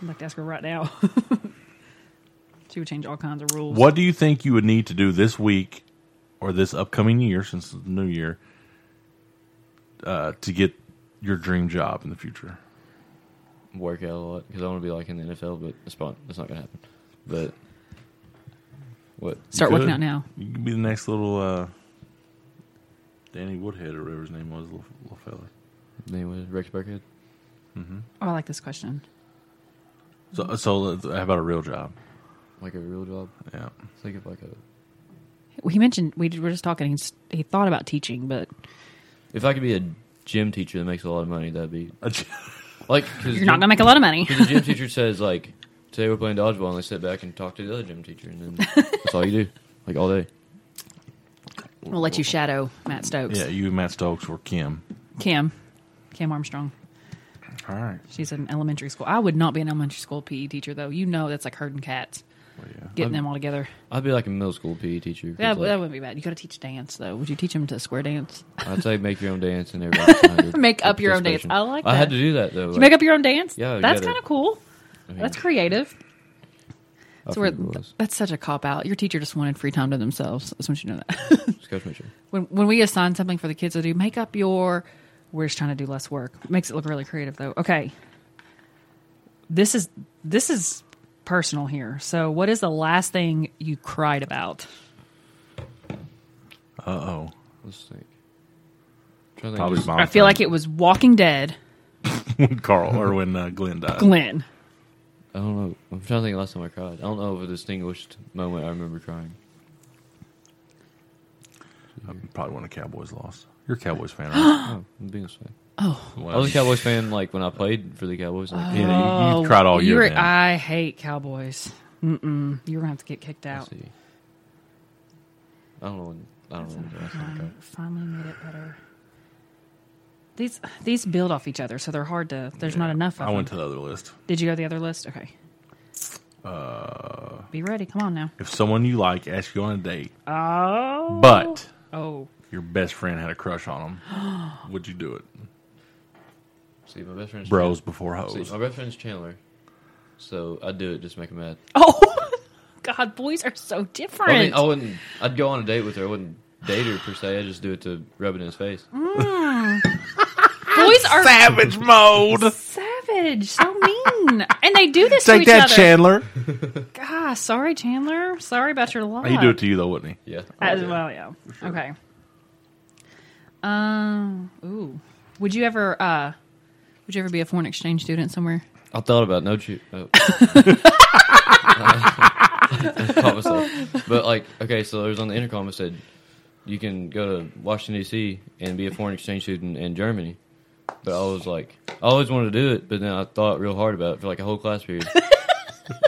Speaker 5: I'd like to ask her right now. she would change all kinds of rules.
Speaker 4: What do you think you would need to do this week or this upcoming year, since it's the new year, uh, to get your dream job in the future?
Speaker 6: work out a lot because I want to be like in the NFL, but it's not, it's not gonna happen. But what?
Speaker 5: Start working
Speaker 4: Good.
Speaker 5: out now.
Speaker 4: You can be the next little uh, Danny Woodhead or whatever his name was, little, little fella.
Speaker 6: Anyway, Rex Burkhead.
Speaker 5: Oh, I like this question.
Speaker 4: So, so let's- how about a real job?
Speaker 6: Like a real job.
Speaker 4: Yeah.
Speaker 6: Think of like a.
Speaker 5: He mentioned, we were just talking, he's, he thought about teaching, but
Speaker 6: If I could be a gym teacher that makes a lot of money, that'd be
Speaker 4: A j-
Speaker 6: like because
Speaker 5: you're not going to make a lot of money.
Speaker 6: The gym teacher says like, today we're playing dodgeball, and they sit back and talk to the other gym teacher, and then that's all you do, like all day.
Speaker 5: We'll let you shadow Matt Stokes.
Speaker 4: yeah, you, Matt Stokes, or Kim.
Speaker 5: Kim. Kim Armstrong.
Speaker 4: All right.
Speaker 5: She's an elementary school. I would not be an elementary school PE teacher, though. You know, that's like herding cats, getting them all together.
Speaker 6: I'd be like a middle school PE teacher. 'cause,
Speaker 5: That,
Speaker 6: like,
Speaker 5: that wouldn't be bad. You got to teach dance, though. Would you teach them to square dance?
Speaker 6: I'd say make your own dance and everybody
Speaker 5: Make up your own dance. I like
Speaker 6: I had
Speaker 5: that.
Speaker 6: to do that though.
Speaker 5: You make up your own dance?
Speaker 6: Yeah, you
Speaker 5: That's
Speaker 6: gotta-
Speaker 5: kind of cool.
Speaker 6: mean-
Speaker 5: That's creative. So we're,
Speaker 6: forget what it was.
Speaker 5: that's such a cop out. Your teacher just wanted free time to themselves. I just want you to know that.
Speaker 6: Coach Mitchell.
Speaker 5: when, when we assign something for the kids to do, make up your. We're just trying to do less work. makes it look really creative, though. Okay. This is this is personal here. So, what is the last thing you cried about?
Speaker 4: Uh oh.
Speaker 6: Let's think. Trying to think
Speaker 4: Probably
Speaker 6: just-
Speaker 4: my
Speaker 5: I feel like it was Walking Dead.
Speaker 4: when Carl or when uh, Glenn died.
Speaker 5: Glenn.
Speaker 6: I don't know. I'm trying to think of the last time I cried. I don't know of a distinguished moment I remember crying.
Speaker 4: Probably when the Cowboys lost. You're a Cowboys fan, right?
Speaker 6: Oh, I'm being sad.
Speaker 4: Well,
Speaker 5: Oh.
Speaker 6: I was a Cowboys fan like when I played for the Cowboys. Like,
Speaker 4: yeah, you, you cried all year.
Speaker 5: Oh, You're-
Speaker 4: then.
Speaker 5: I hate Cowboys. Mm-mm. You're gonna have to get kicked out.
Speaker 6: let's see. E I don't know. When, I don't know. When the last time I cried.
Speaker 5: Um, Finally made it better. These these build off each other, so they're hard to. There's not enough. Of
Speaker 4: I
Speaker 5: them.
Speaker 4: went to the other list.
Speaker 5: Did you go to the other list? Okay. Uh. Be ready. Come on now.
Speaker 4: If someone you like asks you on a date,
Speaker 5: Oh.
Speaker 4: but
Speaker 5: Oh.
Speaker 4: your best friend had a crush on him, would you do it?
Speaker 6: See, my best friend's
Speaker 4: Bros before
Speaker 6: Chandler. See,
Speaker 4: hoes.
Speaker 6: my best friend's Chandler. So I'd do it just to make him mad.
Speaker 5: Oh. God, boys are so different.
Speaker 6: I mean,
Speaker 4: Oh,
Speaker 6: I wouldn't. I'd go on a date with her. I wouldn't date her per se. I'd just do it to rub it in his face.
Speaker 5: boys are
Speaker 4: oh, Savage mode.
Speaker 5: savage, so mean, and they do this to
Speaker 4: Take
Speaker 5: each
Speaker 4: that,
Speaker 5: other.
Speaker 4: Chandler.
Speaker 5: God, sorry, Chandler. Sorry about your loss.
Speaker 4: He'd do it to you though, wouldn't he?
Speaker 6: Yeah.
Speaker 5: As well, yeah. Okay. Um. Ooh. Would you ever? uh Would you ever be a foreign exchange student somewhere?
Speaker 6: I thought about it. no cheat. Oh. Caught myself. But like, okay, so there was on the intercom. It said you can go to Washington D.C. and be a foreign exchange student in Germany. But I was like, I always wanted to do it, but then I thought real hard about it for like a whole class period.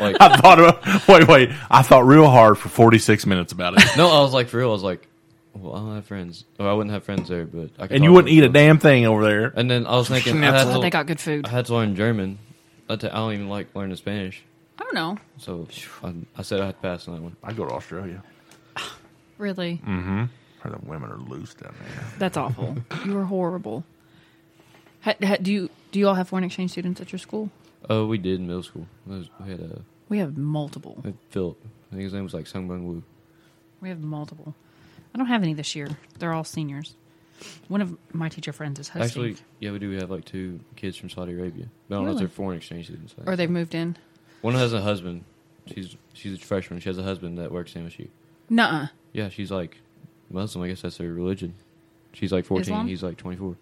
Speaker 6: like,
Speaker 4: I thought about. Wait, wait. I thought real hard for 46 minutes about it.
Speaker 6: no, I was like, for real, I was like, Well, I don't have friends. Or I wouldn't have friends there, but I could
Speaker 4: And
Speaker 6: talk
Speaker 4: you
Speaker 6: to
Speaker 4: wouldn't eat a
Speaker 6: people.
Speaker 4: damn thing over there.
Speaker 6: And then I was thinking, I had,
Speaker 5: But
Speaker 6: to,
Speaker 5: they got good food.
Speaker 6: I had to learn German. I t- I don't even like learning Spanish,
Speaker 5: I don't know.
Speaker 6: so I, I said I had to pass on that one.
Speaker 4: I'd go to Australia.
Speaker 5: Really?
Speaker 4: Heard the women are loose down there.
Speaker 5: That's awful. you were horrible. Ha, ha, do you do you all have foreign exchange students at your school?
Speaker 6: Oh, we did in middle school. It was- we had a
Speaker 5: We have multiple.
Speaker 6: we had Philip. I think his name was like Sungbun Wu.
Speaker 5: We have multiple. I don't have any this year. They're all seniors. One of my teacher friends is hosting.
Speaker 6: Actually, yeah, we do. We have like two kids from Saudi Arabia. But I don't know if
Speaker 5: Really?
Speaker 6: they're foreign exchange students.
Speaker 5: or they've moved in.
Speaker 6: One has a husband. She's she's a freshman. She has a husband that works in MSU.
Speaker 5: Nuh-uh.
Speaker 6: Yeah, she's like Muslim. I guess that's their religion. She's like 14.
Speaker 5: Islam?
Speaker 6: He's like 24.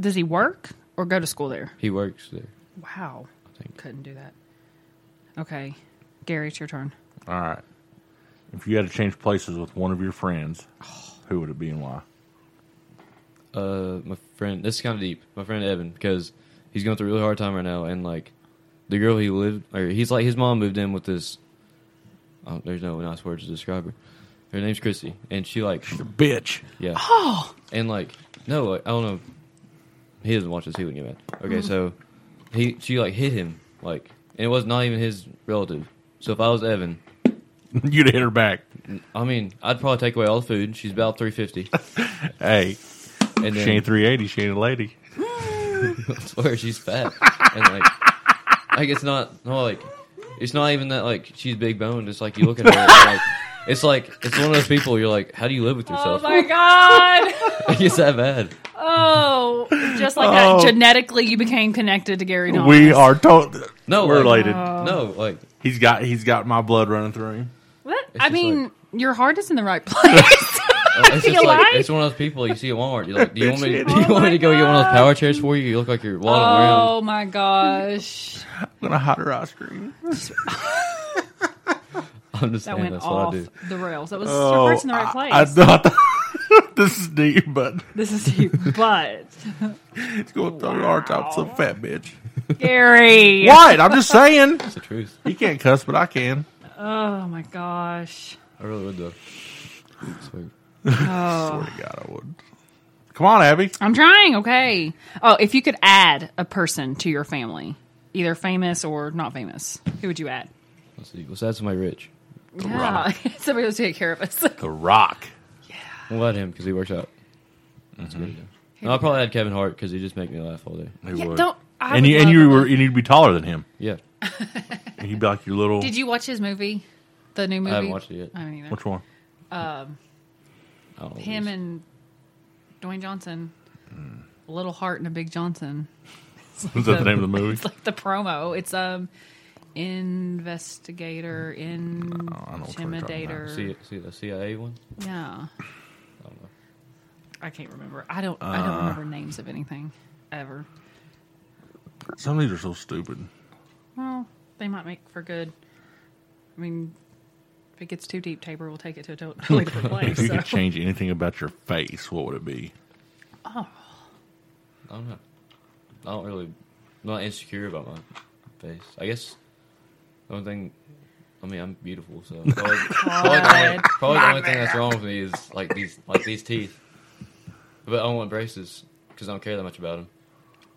Speaker 5: Does he work or go to school there?
Speaker 6: He works there.
Speaker 5: Wow.
Speaker 6: think.
Speaker 5: Couldn't do that. Okay. Gary, it's your turn.
Speaker 4: All right. If you had to change places with one of your friends, who would it be and why?
Speaker 6: Uh, my friend, this is kind of deep. My friend Evan, because he's going through a really hard time right now, and like the girl he lived, or he's like his mom moved in with this. Oh, there's no nice word to describe her. Her name's Christy, and she like
Speaker 4: Bitch.
Speaker 6: Yeah. Oh. And like, no, like, I don't know. He doesn't watch this. He wouldn't get mad. Okay, so he she like hit him like, and it was not even his relative. So if I was Evan,
Speaker 4: You'd hit her back.
Speaker 6: I mean, I'd probably take away all the food. She's about three fifty,
Speaker 4: Hey,
Speaker 6: and
Speaker 4: she
Speaker 6: then
Speaker 4: ain't 380. She ain't a lady.
Speaker 6: swear she's fat, and like, like it's not no like, it's not even that like she's big boned. It's like you look at her, and, like, it's like it's one of those people. You're like, how do you live with yourself?
Speaker 5: Oh God.
Speaker 6: it's that bad.
Speaker 5: oh. Just like
Speaker 4: Oh.
Speaker 5: that. Genetically, you became connected to Gary Dawes.
Speaker 4: We are to-
Speaker 6: No,
Speaker 4: We're
Speaker 6: like-
Speaker 4: related.
Speaker 5: uh,
Speaker 6: No, like
Speaker 4: He's got he's got my blood running through him.
Speaker 5: What?
Speaker 6: It's
Speaker 5: I
Speaker 6: just
Speaker 5: mean,
Speaker 6: like-
Speaker 5: your heart is in the right place.
Speaker 6: it's just
Speaker 5: alive?
Speaker 6: like it's one of those people you see at Walmart. You're like, do you want me?
Speaker 4: Bitch,
Speaker 6: Do you
Speaker 4: idiot.
Speaker 6: want me to go get one of those power chairs for you? You look like you're walking around.
Speaker 5: oh my gosh.
Speaker 4: I'm gonna hide her ice cream.
Speaker 6: I'm just
Speaker 5: That
Speaker 6: saying
Speaker 5: went
Speaker 6: that's
Speaker 5: off
Speaker 6: what I do. Oh,
Speaker 5: the rails. That was your heart's in the right place.
Speaker 4: Oh, I, I thought this is deep, but
Speaker 5: this is deep. But
Speaker 4: it's going through our top some fat bitch.
Speaker 5: Gary.
Speaker 4: What? I'm just saying.
Speaker 6: It's the truth.
Speaker 4: He can't cuss, but I can.
Speaker 5: Oh my gosh.
Speaker 6: I really would though. So,
Speaker 5: Uh.
Speaker 4: Swear to God, I would. Come on, Abby.
Speaker 5: I'm trying, okay. Oh, if you could add a person to your family, either famous or not famous, who would you add?
Speaker 6: let's see. Let's add somebody rich.
Speaker 5: Yeah. Somebody to take care of us.
Speaker 4: The Rock.
Speaker 6: We'll add him because he works out. That's good. No, I'll probably add Kevin Hart because he just make me laugh all day.
Speaker 4: Who
Speaker 5: Yeah,
Speaker 4: would?
Speaker 5: don't- I
Speaker 4: and
Speaker 5: would
Speaker 4: you and
Speaker 5: love
Speaker 4: you
Speaker 5: him.
Speaker 4: were you need to be taller than him.
Speaker 6: Yeah,
Speaker 4: And he'd be like your little.
Speaker 5: Did you watch his movie? The new movie?
Speaker 6: haven't watched it yet.
Speaker 5: I haven't either.
Speaker 4: Which one?
Speaker 6: I don't know.
Speaker 5: Him and Dwayne Johnson.
Speaker 4: Hmm.
Speaker 5: Little Heart and a Big Johnson.
Speaker 4: Is that the name of the movie?
Speaker 5: It's like the promo. It's um investigator,
Speaker 4: I know what you're talking about.
Speaker 5: intimidator.
Speaker 6: see see the CIA one.
Speaker 5: Yeah. I can't remember. I don't. I
Speaker 4: Uh,
Speaker 5: don't remember names of anything ever.
Speaker 4: Some of these are so stupid.
Speaker 5: Well, they might make for good. I mean, if it gets too deep, Tabor will take it to a totally different
Speaker 4: If
Speaker 5: place.
Speaker 4: you
Speaker 5: so.
Speaker 4: could change anything about your face, what would it be?
Speaker 6: I don't know. I don't really. I'm not insecure about my face. I guess the only thing. I mean, I'm beautiful, so probably, probably the only, probably the only thing that's wrong with me is like these like these teeth. But I don't want braces because I don't care that much about them.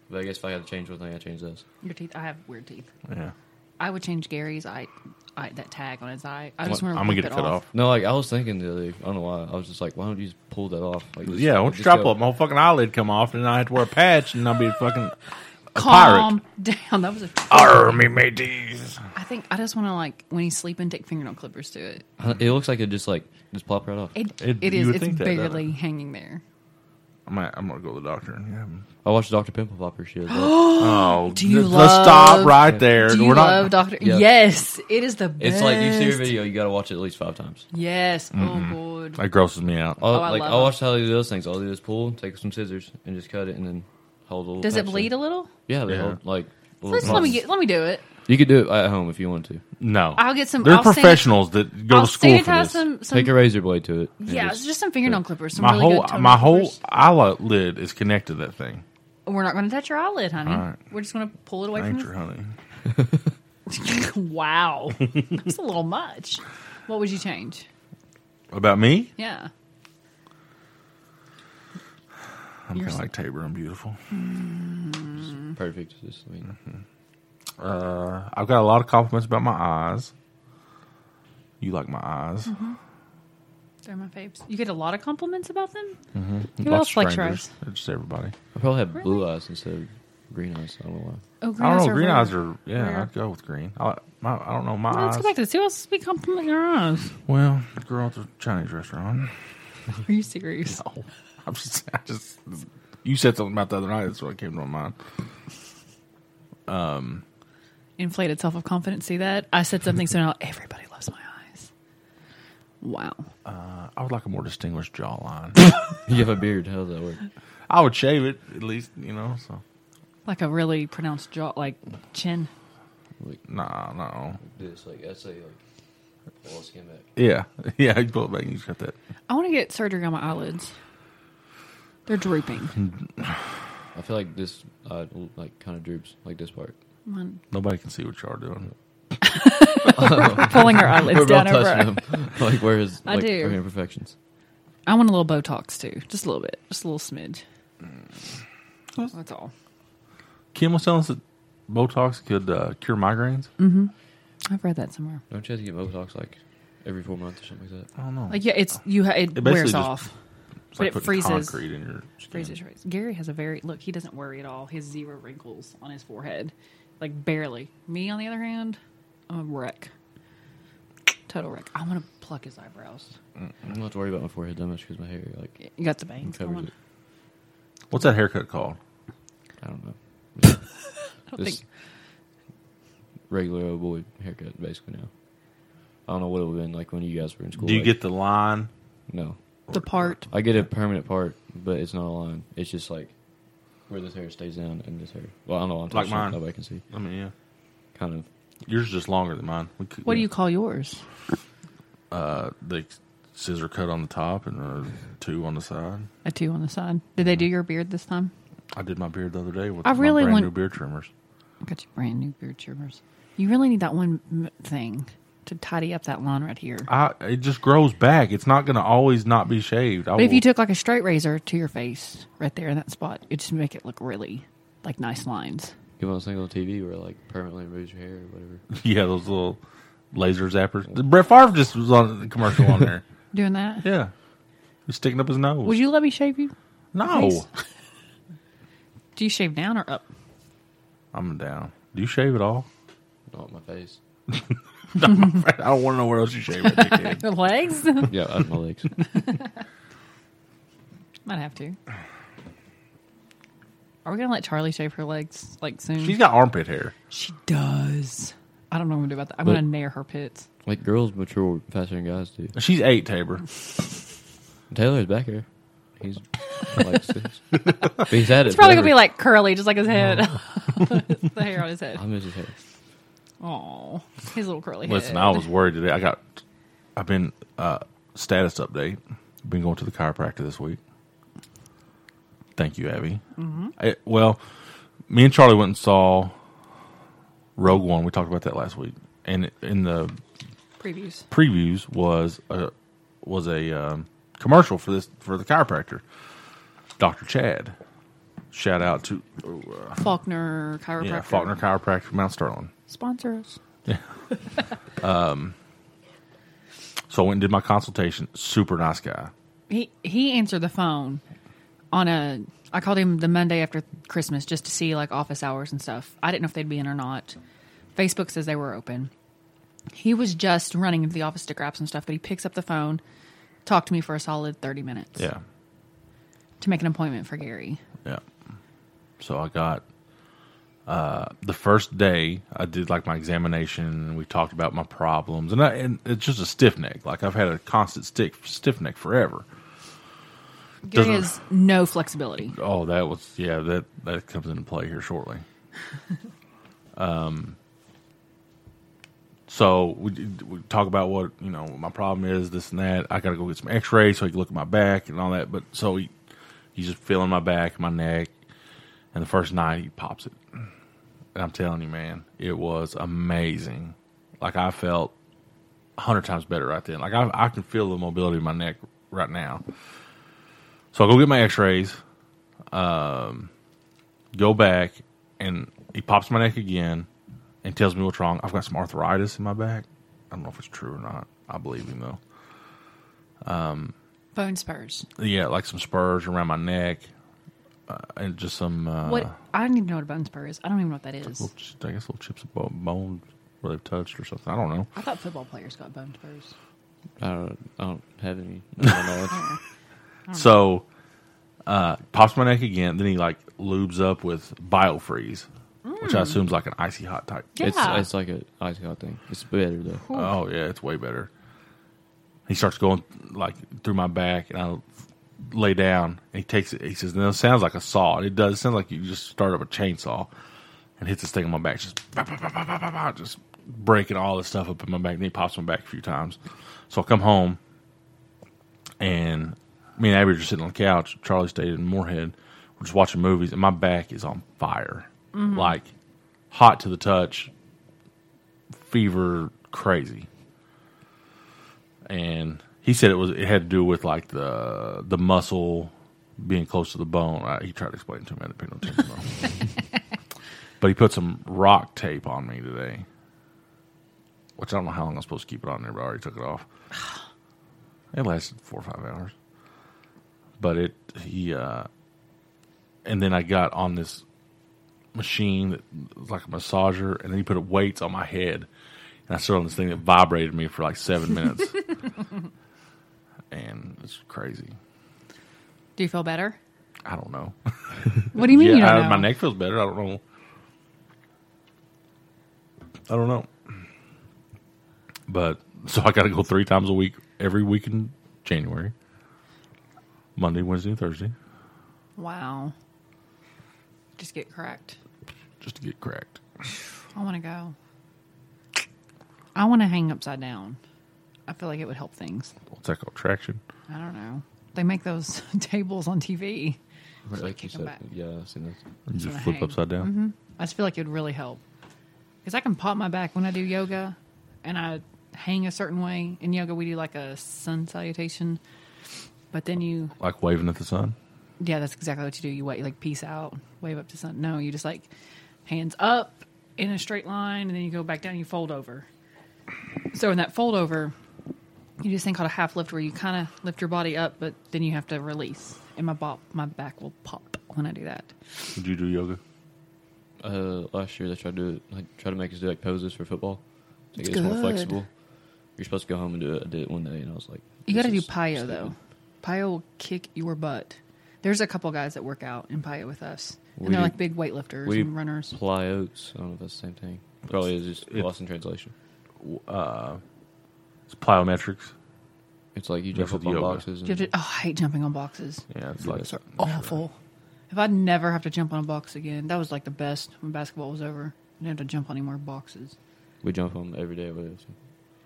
Speaker 6: But I guess if I had to change one thing, I would change those.
Speaker 5: Your teeth. I have weird teeth.
Speaker 4: Yeah,
Speaker 5: I would change Gary's eye, eye that tag on his eye. I just
Speaker 4: I'm
Speaker 5: want to.
Speaker 4: gonna get it cut off.
Speaker 6: No, like I was thinking the other. I don't know why. I was just like, why don't you just pull that off? Like, just,
Speaker 4: Yeah, why don't
Speaker 6: just
Speaker 4: you drop
Speaker 6: go-
Speaker 4: up? My whole fucking eyelid come off, and I have to wear a patch, and I'll be a fucking
Speaker 5: Calm down. That was. A,
Speaker 4: army mateys.
Speaker 5: I think I just want to like when he's sleeping, take fingernail clippers to it.
Speaker 6: Uh, It looks like it just like just plop right off.
Speaker 5: It,
Speaker 4: It-
Speaker 5: it
Speaker 4: you
Speaker 5: is.
Speaker 4: would
Speaker 5: It's
Speaker 4: think that, doesn't it?
Speaker 5: barely hanging there.
Speaker 4: I'm gonna, I'm gonna go to the doctor and have him.
Speaker 6: I watched Doctor Pimple Popper. She was like,
Speaker 4: Oh,
Speaker 5: Do you
Speaker 4: let's stop
Speaker 5: love-
Speaker 4: right there.
Speaker 5: Do you
Speaker 4: We're
Speaker 5: love
Speaker 4: not.
Speaker 5: Doctor?
Speaker 6: Yeah.
Speaker 5: Yes, it is the best.
Speaker 6: it's like you see her video, you got to watch it at least five times.
Speaker 5: Yes.
Speaker 4: Mm-hmm.
Speaker 5: Oh, good.
Speaker 4: that grosses me out. Uh,
Speaker 6: I'll,
Speaker 5: Oh, I
Speaker 6: like
Speaker 5: love
Speaker 6: I'll
Speaker 5: it.
Speaker 6: watch how they do those things. All they do is pull, take some scissors, and just cut it, and then hold a little.
Speaker 5: Does it
Speaker 6: patch
Speaker 5: bleed
Speaker 6: there.
Speaker 5: a little?
Speaker 6: Yeah, they
Speaker 4: Yeah.
Speaker 6: hold like. little
Speaker 5: Let's let me
Speaker 6: knots.
Speaker 5: get let me do it.
Speaker 6: You could do it at home if you want to.
Speaker 4: No,
Speaker 5: I'll get some-
Speaker 4: They're
Speaker 5: I'll sanit-
Speaker 4: professionals that go
Speaker 5: I'll
Speaker 4: to school for
Speaker 5: sanitize
Speaker 4: this.
Speaker 5: some. some
Speaker 6: Take a razor blade to it. and
Speaker 5: yeah,
Speaker 6: just-
Speaker 5: just, just some fingernail clippers. Some
Speaker 4: my
Speaker 5: really
Speaker 4: whole
Speaker 5: good toenail
Speaker 4: my whole
Speaker 5: clippers.
Speaker 4: eyelid is connected to that thing.
Speaker 5: We're not going to touch your eyelid, honey.
Speaker 4: All right.
Speaker 5: We're just going to pull it away
Speaker 4: Thanks,
Speaker 5: from.
Speaker 4: honey.
Speaker 5: The, wow, that's a little much. What would you change?
Speaker 4: About me?
Speaker 5: Yeah.
Speaker 4: I'm
Speaker 5: You're
Speaker 4: kind of
Speaker 5: so-
Speaker 4: like Tabor. I'm beautiful.
Speaker 6: Perfect. Just, I mean,
Speaker 4: Uh, I've got a lot of compliments about my eyes. You like my eyes.
Speaker 5: They're my faves. You get a lot of compliments about them. Who
Speaker 4: Mm-hmm. Lots
Speaker 5: else
Speaker 4: of
Speaker 5: likes your
Speaker 4: strangers.
Speaker 5: eyes?
Speaker 4: Just everybody.
Speaker 6: I probably have blue eyes instead of green eyes. I don't know why.
Speaker 5: Oh, green
Speaker 4: I don't know. Green
Speaker 5: rare.
Speaker 4: eyes are yeah.
Speaker 5: rare.
Speaker 4: I'd go with green. I my, I don't know my
Speaker 5: Well,
Speaker 4: eyes.
Speaker 5: Let's go back to this. Who else is we compliment your eyes?
Speaker 4: well, the girl at the Chinese restaurant.
Speaker 5: Are you serious?
Speaker 4: Oh, I'm just, I just you said something about the other night. That's what came to my mind.
Speaker 5: Inflated self of confidence. See that? I said something, so now everybody loves my eyes. Wow.
Speaker 4: I would like a more distinguished jawline.
Speaker 6: You have a beard. How does that work?
Speaker 4: I would shave it at least, you know. So
Speaker 5: Like a really pronounced jaw, like chin.
Speaker 6: Like
Speaker 4: nah, no,
Speaker 6: this. Like I'd say like all skin back.
Speaker 4: yeah, yeah. You pull it back and you just got that.
Speaker 5: I want to get surgery on my eyelids. They're drooping.
Speaker 6: I feel like this uh, like kind of droops like this part.
Speaker 5: Mine-
Speaker 4: Nobody can see what y'all are doing.
Speaker 5: Pulling her eyelids
Speaker 6: both
Speaker 5: down over. her-
Speaker 6: them. like where is
Speaker 5: I
Speaker 6: like,
Speaker 5: do.
Speaker 6: her imperfections?
Speaker 5: I want a little Botox too, just a little bit, just a little smidge. That's all.
Speaker 4: Kim was telling us that Botox could uh, cure migraines.
Speaker 5: I've read that somewhere.
Speaker 6: Don't you have to get Botox like every four months or something like that?
Speaker 4: I don't know.
Speaker 5: Like yeah, it's you. Ha- it,
Speaker 4: basically
Speaker 5: wears
Speaker 4: just-
Speaker 5: off.
Speaker 4: It's
Speaker 5: but it
Speaker 4: putting
Speaker 5: freezes.
Speaker 4: concrete in your skin.
Speaker 5: Freezes your face. Gary has a very look. He doesn't worry at all. He has zero wrinkles on his forehead, like barely. Me, on the other hand, I'm a wreck. Total wreck. I want to pluck his eyebrows.
Speaker 6: I don't have to worry about my forehead that much because my hair like
Speaker 5: You got the bangs. I,
Speaker 6: covers
Speaker 5: want,
Speaker 6: it.
Speaker 4: What's that haircut called?
Speaker 6: I don't know.
Speaker 5: I don't
Speaker 6: This
Speaker 5: think
Speaker 6: regular old boy haircut basically now. I don't know what it would have been like when you guys were in school.
Speaker 4: Do you
Speaker 6: like-
Speaker 4: get the line?
Speaker 6: no?
Speaker 5: the part.
Speaker 6: I get a permanent part, but it's not a line. It's just like where this hair stays down and this hair. Well, I don't know. I'm
Speaker 4: Like
Speaker 6: touching it.
Speaker 4: mine.
Speaker 6: Nobody can see.
Speaker 4: I mean, yeah.
Speaker 6: Kind of.
Speaker 4: Yours is just longer than mine. We could,
Speaker 5: What do you call yours?
Speaker 4: uh, the scissor cut on the top and uh, two on the side?
Speaker 5: A two on the side. Did they do your beard this time?
Speaker 4: I did my beard the other day with
Speaker 5: I
Speaker 4: my
Speaker 5: really
Speaker 4: brand
Speaker 5: want-
Speaker 4: new beard trimmers.
Speaker 5: I got you brand new beard trimmers. You really need that one m- thing to tidy up that lawn right here.
Speaker 4: I it just grows back. It's not going to always not be shaved. I
Speaker 5: But if
Speaker 4: will-
Speaker 5: you took like a straight razor to your face right there in that spot, it just make it look really like nice lines.
Speaker 6: You want something on TV where like permanently removes your hair or whatever.
Speaker 4: yeah, those little laser zappers. Brett Favre just was on the commercial on there.
Speaker 5: Doing that?
Speaker 4: Yeah, he's sticking up his nose.
Speaker 5: Would you let me shave you?
Speaker 4: No,
Speaker 5: Please. Do you shave down or up?
Speaker 4: I'm down. Do you shave at all?
Speaker 6: Not my face.
Speaker 4: I don't want to know where else you shave. it, dickhead.
Speaker 5: Your legs?
Speaker 6: Yeah, out my legs.
Speaker 5: Might have to. Are we gonna let Charlie shave her legs like soon?
Speaker 4: She's got armpit hair.
Speaker 5: she does. I don't know what to do about that. I'm
Speaker 6: But-
Speaker 5: gonna nair her pits.
Speaker 6: like girls mature faster than guys do.
Speaker 4: She's eight, Tabor.
Speaker 6: Taylor's back here. He's like six. But he's had it.
Speaker 5: It's probably
Speaker 6: forever.
Speaker 5: gonna be like curly, just
Speaker 4: Oh.
Speaker 5: like his head, the hair on his head.
Speaker 6: I miss his hair.
Speaker 5: Oh, his little curly
Speaker 4: Listen,
Speaker 5: head.
Speaker 4: I was worried today. I got, I've been uh, status update. Been going to the chiropractor this week. Thank you, Abby. I- well, me and Charlie went and saw Rogue One. We talked about that last week, and in the
Speaker 5: previews.
Speaker 4: previews was a was a um, commercial for this for the chiropractor, Doctor Chad. Shout out to uh,
Speaker 5: Faulkner chiropractor.
Speaker 4: yeah, Faulkner Chiropractic, Mount Sterling.
Speaker 5: sponsors.
Speaker 4: So I went and did my consultation. Super nice guy.
Speaker 5: He he answered the phone on a. I called him the Monday after Christmas just to see like office hours and stuff. I didn't know if they'd be in or not. Facebook says they were open. He was just running into the office to grab some stuff, but he picks up the phone, talked to me for a solid thirty minutes
Speaker 4: Yeah.
Speaker 5: to make an appointment for Gary.
Speaker 4: Yeah. So I got uh, the first day I did like my examination and we talked about my problems and, I, and it's just a stiff neck. Like I've had a constant stick stiff neck forever.
Speaker 5: Gary
Speaker 4: Doesn't-
Speaker 5: has no flexibility.
Speaker 4: Oh, that was yeah, that that comes into play here shortly. um so we, did- we talk about what, you know, my problem is, this and that. I got to go get some x-rays so he can look at my back and all that, but so he he's just feeling my back, my neck. And the first night he pops it. And I'm telling you, man, it was amazing. Like I felt a hundred times better right then. Like I, I can feel the mobility in my neck right now. So I go get my X-rays. go back and he pops my neck again and tells me what's wrong. I've got some arthritis in my back. I don't know if it's true or not. I believe him though.
Speaker 5: Bone spurs.
Speaker 4: Yeah, like some spurs around my neck uh, and just some. Uh,
Speaker 5: What? I don't even know what a bone spur is. I don't even know what that is.
Speaker 4: little ch- I guess little chips of bo- bone where they've touched or something. I don't know.
Speaker 5: I thought football players got bone spurs.
Speaker 6: I don't, I don't have any knowledge.
Speaker 4: So, uh, pops my neck again. Then he like lubes up with biofreeze, which I assume is like an icy hot type.
Speaker 6: It's
Speaker 5: Yeah.
Speaker 6: it's like a ice hot thing. It's better though.
Speaker 4: Oh yeah, it's way better. He starts going like through my back, and I lay down. And he takes it. He says, "No, it sounds like a saw." And it does. It sounds like you just start up a chainsaw and hits this thing on my back, just bah, bah, bah, bah, bah, bah, bah, just breaking all this stuff up in my back. And he pops my back a few times. So I come home, and me and Abby are just sitting on the couch. Charlie stayed in Moorhead. We're just watching movies, and my back is on fire, like hot to the touch, fever, crazy. And he said it was it had to do with like the the muscle being close to the bone. I, he tried to explain it to me. I didn't pay no attention. though. but he put some rock tape on me today, which I don't know how long I'm supposed to keep it on there, but I already took it off. It lasted four or five hours. But it he uh and then I got on this machine that was like a massager and then he put weights on my head and I stood on this thing that vibrated me for like seven minutes. and it's crazy.
Speaker 5: Do you feel better?
Speaker 4: I don't know.
Speaker 5: What do you mean? you
Speaker 4: yeah,
Speaker 5: don't
Speaker 4: I-
Speaker 5: know?
Speaker 4: my neck feels better. I don't know. I don't know. But so I got to go three times a week every week in January. Monday, Wednesday, and Thursday,
Speaker 5: Wow. Just get cracked.
Speaker 4: just to get cracked.
Speaker 5: I want to go. I want to hang upside down. I feel like it would help things.
Speaker 4: What's that called? Traction.
Speaker 5: I don't know. They make those tables on TV.
Speaker 6: Like you
Speaker 5: kick 'em
Speaker 6: said,
Speaker 5: back.
Speaker 6: yeah, I've seen this.
Speaker 4: You just
Speaker 5: wanna
Speaker 4: flip
Speaker 5: hang.
Speaker 4: upside down.
Speaker 5: I just feel like it would really help because I can pop my back when I do yoga, and I hang a certain way. In yoga, we do like a sun salutation, but then you,
Speaker 4: Like waving at the sun.
Speaker 5: yeah, that's exactly what you do. You wait, like peace out, wave up to sun. No, you just like hands up in a straight line, and then you go back down. You fold over. So in that fold over, you do this thing called a half lift, where you kind of lift your body up, but then you have to release. And my bop, my back will pop when I do that.
Speaker 4: Did you do yoga?
Speaker 6: Uh, last year they tried to do it, like try to make us do like poses for football to
Speaker 5: It's
Speaker 6: get us more
Speaker 5: good.
Speaker 6: flexible. You're supposed to go home and do it. I did it one day and I was like,
Speaker 5: You got to do
Speaker 6: this is
Speaker 5: Pio
Speaker 6: stupid.
Speaker 5: though. Pio will kick your butt. There's a couple guys that work out in Pio with us, and
Speaker 6: We-
Speaker 5: they're like big weightlifters
Speaker 6: We
Speaker 5: and runners.
Speaker 6: Ply oats. I don't know if that's the same thing. Probably is just
Speaker 4: it-
Speaker 6: lost in translation.
Speaker 4: It's plyometrics.
Speaker 6: It's like you jump
Speaker 4: Mixed
Speaker 6: up
Speaker 4: with
Speaker 6: on
Speaker 4: yoga.
Speaker 6: boxes.
Speaker 5: You have
Speaker 6: And,
Speaker 5: to- oh, I hate jumping on boxes.
Speaker 4: Yeah, it's like
Speaker 5: They're awful. If I'd never have to jump on a box again, that was like the best when basketball was over. I didn't have to jump on any more boxes.
Speaker 6: we jump on them every day. With us.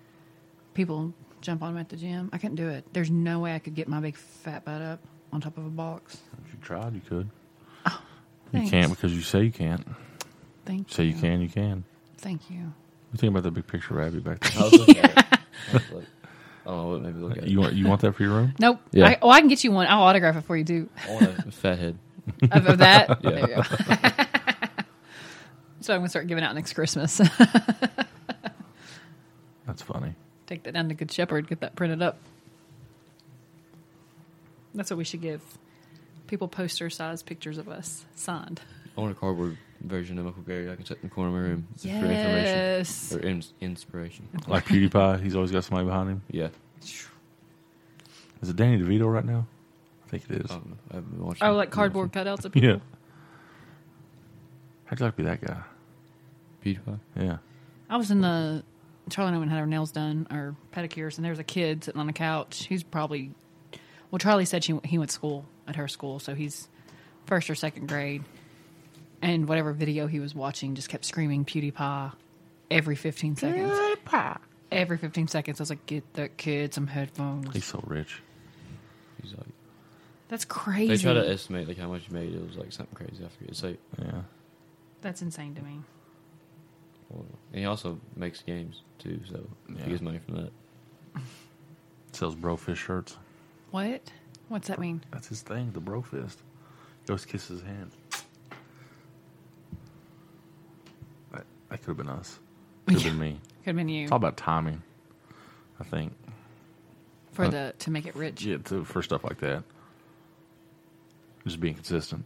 Speaker 5: People jump on them at the gym. I couldn't do it. There's no way I could get my big fat butt up on top of a box.
Speaker 4: if you tried, you could. you
Speaker 5: Thanks.
Speaker 4: can't because you say you can't.
Speaker 5: Thank
Speaker 4: Say you can, you can.
Speaker 5: Thank you.
Speaker 4: You think about that big picture of Abby back there.
Speaker 6: I was looking at it. I was like, I don't know what maybe look at.
Speaker 4: You
Speaker 6: You
Speaker 4: want you want that for your room?
Speaker 5: Nope.
Speaker 6: Yeah.
Speaker 5: I, oh, I can get you one. I'll autograph it for you too.
Speaker 6: I want a fat head.
Speaker 5: of, of that.
Speaker 6: Yeah.
Speaker 5: There you go. so I'm gonna start giving out next Christmas.
Speaker 4: That's funny.
Speaker 5: Take that down to Good Shepherd, get that printed up. That's what we should give people poster size pictures of us signed.
Speaker 6: I want a cardboard version of Uncle Gary. I can set in the corner of my room It's for information
Speaker 5: Yes.
Speaker 6: or ins- inspiration.
Speaker 4: Like PewDiePie, he's always got somebody behind him.
Speaker 6: Yeah,
Speaker 4: Is it Danny DeVito right now? I think it is.
Speaker 6: I don't know. I haven't watched.
Speaker 5: Oh,
Speaker 6: it.
Speaker 5: like cardboard cutouts of people.
Speaker 4: yeah. How'd you like to be that guy?
Speaker 6: PewDiePie.
Speaker 4: Yeah.
Speaker 5: I was in the Charlie Newman had her nails done or pedicures, and there was a kid sitting on the couch. He's probably well. Charlie said she he went to school at her school, so he's first or second grade. And whatever video he was watching, just kept screaming PewDiePie every fifteen seconds. Every fifteen seconds, I was like, "Get that kid some
Speaker 4: He's
Speaker 5: headphones."
Speaker 4: so rich.
Speaker 6: He's like.
Speaker 5: That's crazy.
Speaker 6: They try to estimate like how much you made. It was like something crazy. I forget. It's like,
Speaker 4: Yeah.
Speaker 5: That's insane to me.
Speaker 6: well, and he also makes games too, so
Speaker 4: Yeah.
Speaker 6: he gets money from that.
Speaker 4: Sells bro fist shirts.
Speaker 5: What? What's that mean?
Speaker 4: That's his thing, the bro fist. Ghost kisses his hand. That, that could have been us. Could have been me.
Speaker 5: Could have been you
Speaker 4: It's all about timing, I think.
Speaker 5: for the to make it rich.
Speaker 4: Yeah, to, for stuff like that. Just being consistent.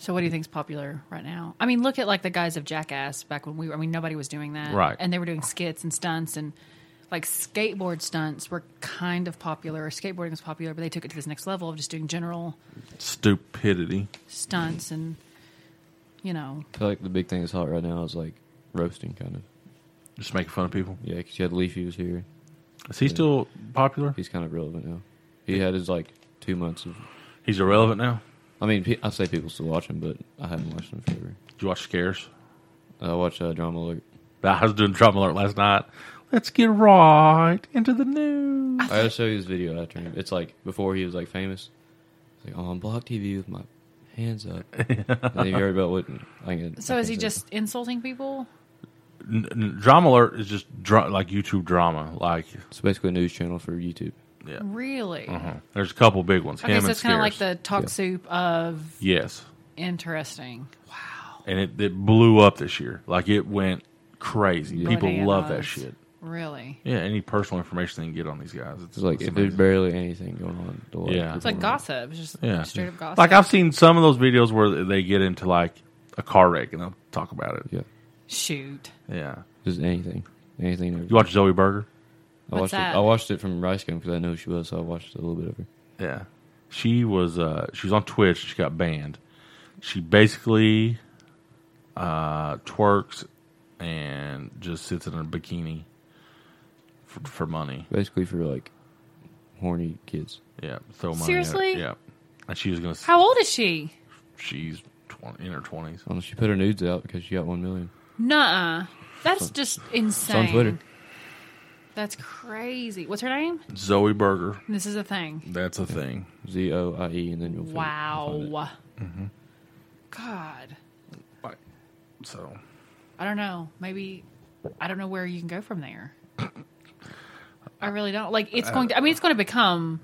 Speaker 5: So what do you think's popular right now? I mean, look at like the guys of Jackass back when we were. I mean, nobody was doing that,
Speaker 4: Right.
Speaker 5: And they were doing skits and stunts and like skateboard stunts were kind of popular. Or skateboarding was popular, but they took it to this next level of just doing general
Speaker 4: Stupidity.
Speaker 5: stunts and you know
Speaker 6: I feel like the big thing that's hot right now is like roasting, kind of.
Speaker 4: Just making fun of people.
Speaker 6: Yeah, because you had Leafy was here.
Speaker 4: Is he still popular?
Speaker 6: He's kind of relevant now. He had his like two months of.
Speaker 4: He's irrelevant now.
Speaker 6: I mean, pe- I say people still watch him, but I haven't watched him forever.
Speaker 4: Did you watch Scares?
Speaker 6: I watched uh, Drama Alert.
Speaker 4: I was doing Drama Alert last night. Let's get right into the news.
Speaker 6: I gotta show you this video after him. It's like before he was like famous. It's like oh, I'm Block TV with my hands up. and then you heard about what? I can,
Speaker 5: So
Speaker 6: I
Speaker 5: is
Speaker 6: can
Speaker 5: he
Speaker 6: say.
Speaker 5: just insulting people?
Speaker 4: N- n- drama Alert is just dra- like YouTube drama. Like,
Speaker 6: It's basically a news channel for YouTube.
Speaker 4: yeah.
Speaker 5: Really?
Speaker 4: There's a couple big ones.
Speaker 5: Okay,
Speaker 4: Him
Speaker 5: so
Speaker 4: and
Speaker 5: it's kind of like
Speaker 4: Scares.
Speaker 5: the talk
Speaker 6: Yeah.
Speaker 5: soup of
Speaker 4: Yes.
Speaker 5: interesting.
Speaker 4: And it, it blew up this year. Like, it went crazy. People
Speaker 5: Bloody
Speaker 4: love
Speaker 5: Oz.
Speaker 4: that shit.
Speaker 5: Really?
Speaker 4: Yeah, any personal information they can get on these guys.
Speaker 6: It's like if there's
Speaker 4: amazing.
Speaker 6: barely anything going on. they'll,
Speaker 4: Yeah.
Speaker 5: It's like gossip. It's just
Speaker 4: Mm-hmm. yeah.
Speaker 5: straight up gossip.
Speaker 4: Like I've seen some of those videos where they get into like a car wreck and they'll talk about it.
Speaker 6: Yeah,
Speaker 5: Shoot.
Speaker 4: Yeah.
Speaker 6: just anything, anything. and
Speaker 4: You watch Zoe Berger?
Speaker 6: I
Speaker 5: What's
Speaker 6: watched
Speaker 5: that?
Speaker 6: it. I watched it from Rice because I know who she was, so I watched a little bit of her.
Speaker 4: Yeah. She was uh she was on Twitch, she got banned. She basically uh twerks and just sits in a bikini for, for money.
Speaker 6: Basically for like horny kids.
Speaker 4: Yeah. Throw money at it.
Speaker 5: Seriously?
Speaker 4: Yeah. And she was gonna
Speaker 5: How old is she?
Speaker 4: she's 20, in her twenties.
Speaker 6: Um, she put her nudes out because she got one million.
Speaker 5: Nuh-uh. That's just
Speaker 6: It's on
Speaker 5: insane.
Speaker 6: Twitter.
Speaker 5: That's crazy. What's her name?
Speaker 4: Zoe Berger.
Speaker 5: This is a thing.
Speaker 4: That's a thing.
Speaker 6: Z O I E, and then you'll. fi- you'll find it.
Speaker 5: Wow.
Speaker 4: Mm-hmm.
Speaker 5: God.
Speaker 4: Like, so
Speaker 5: I don't know. Maybe I don't know where you can go from there. I really don't. Like it's going to I mean it's going to become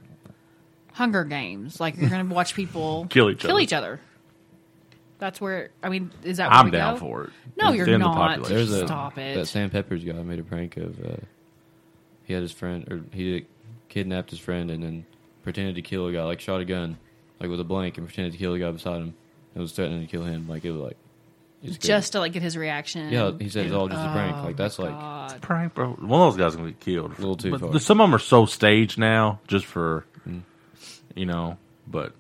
Speaker 5: Hunger Games. Like you're going to watch people
Speaker 4: Kill each
Speaker 5: kill
Speaker 4: other.
Speaker 5: each other. That's where I mean is that where
Speaker 4: I'm
Speaker 5: we
Speaker 4: down
Speaker 5: go?
Speaker 4: for it.
Speaker 5: No,
Speaker 4: It's
Speaker 5: you're
Speaker 4: in
Speaker 5: not.
Speaker 4: The
Speaker 5: There's
Speaker 4: population.
Speaker 5: a- Stop it.
Speaker 6: That Sam Pepper's guy made a prank of. Uh, he had his friend, or he kidnapped his friend, and then pretended to kill a guy, like shot a gun, like with a blank, and pretended to kill a guy beside him, and was threatening to kill him, like it was like. it's good.
Speaker 5: Just to like get his reaction. uh,
Speaker 6: yeah, he said it's all just a prank. Like that's like
Speaker 5: God.
Speaker 4: prank, bro. One of those guys gonna get killed. A
Speaker 6: little too
Speaker 4: but
Speaker 6: far.
Speaker 4: th- Some of them are so staged now, just for you know. But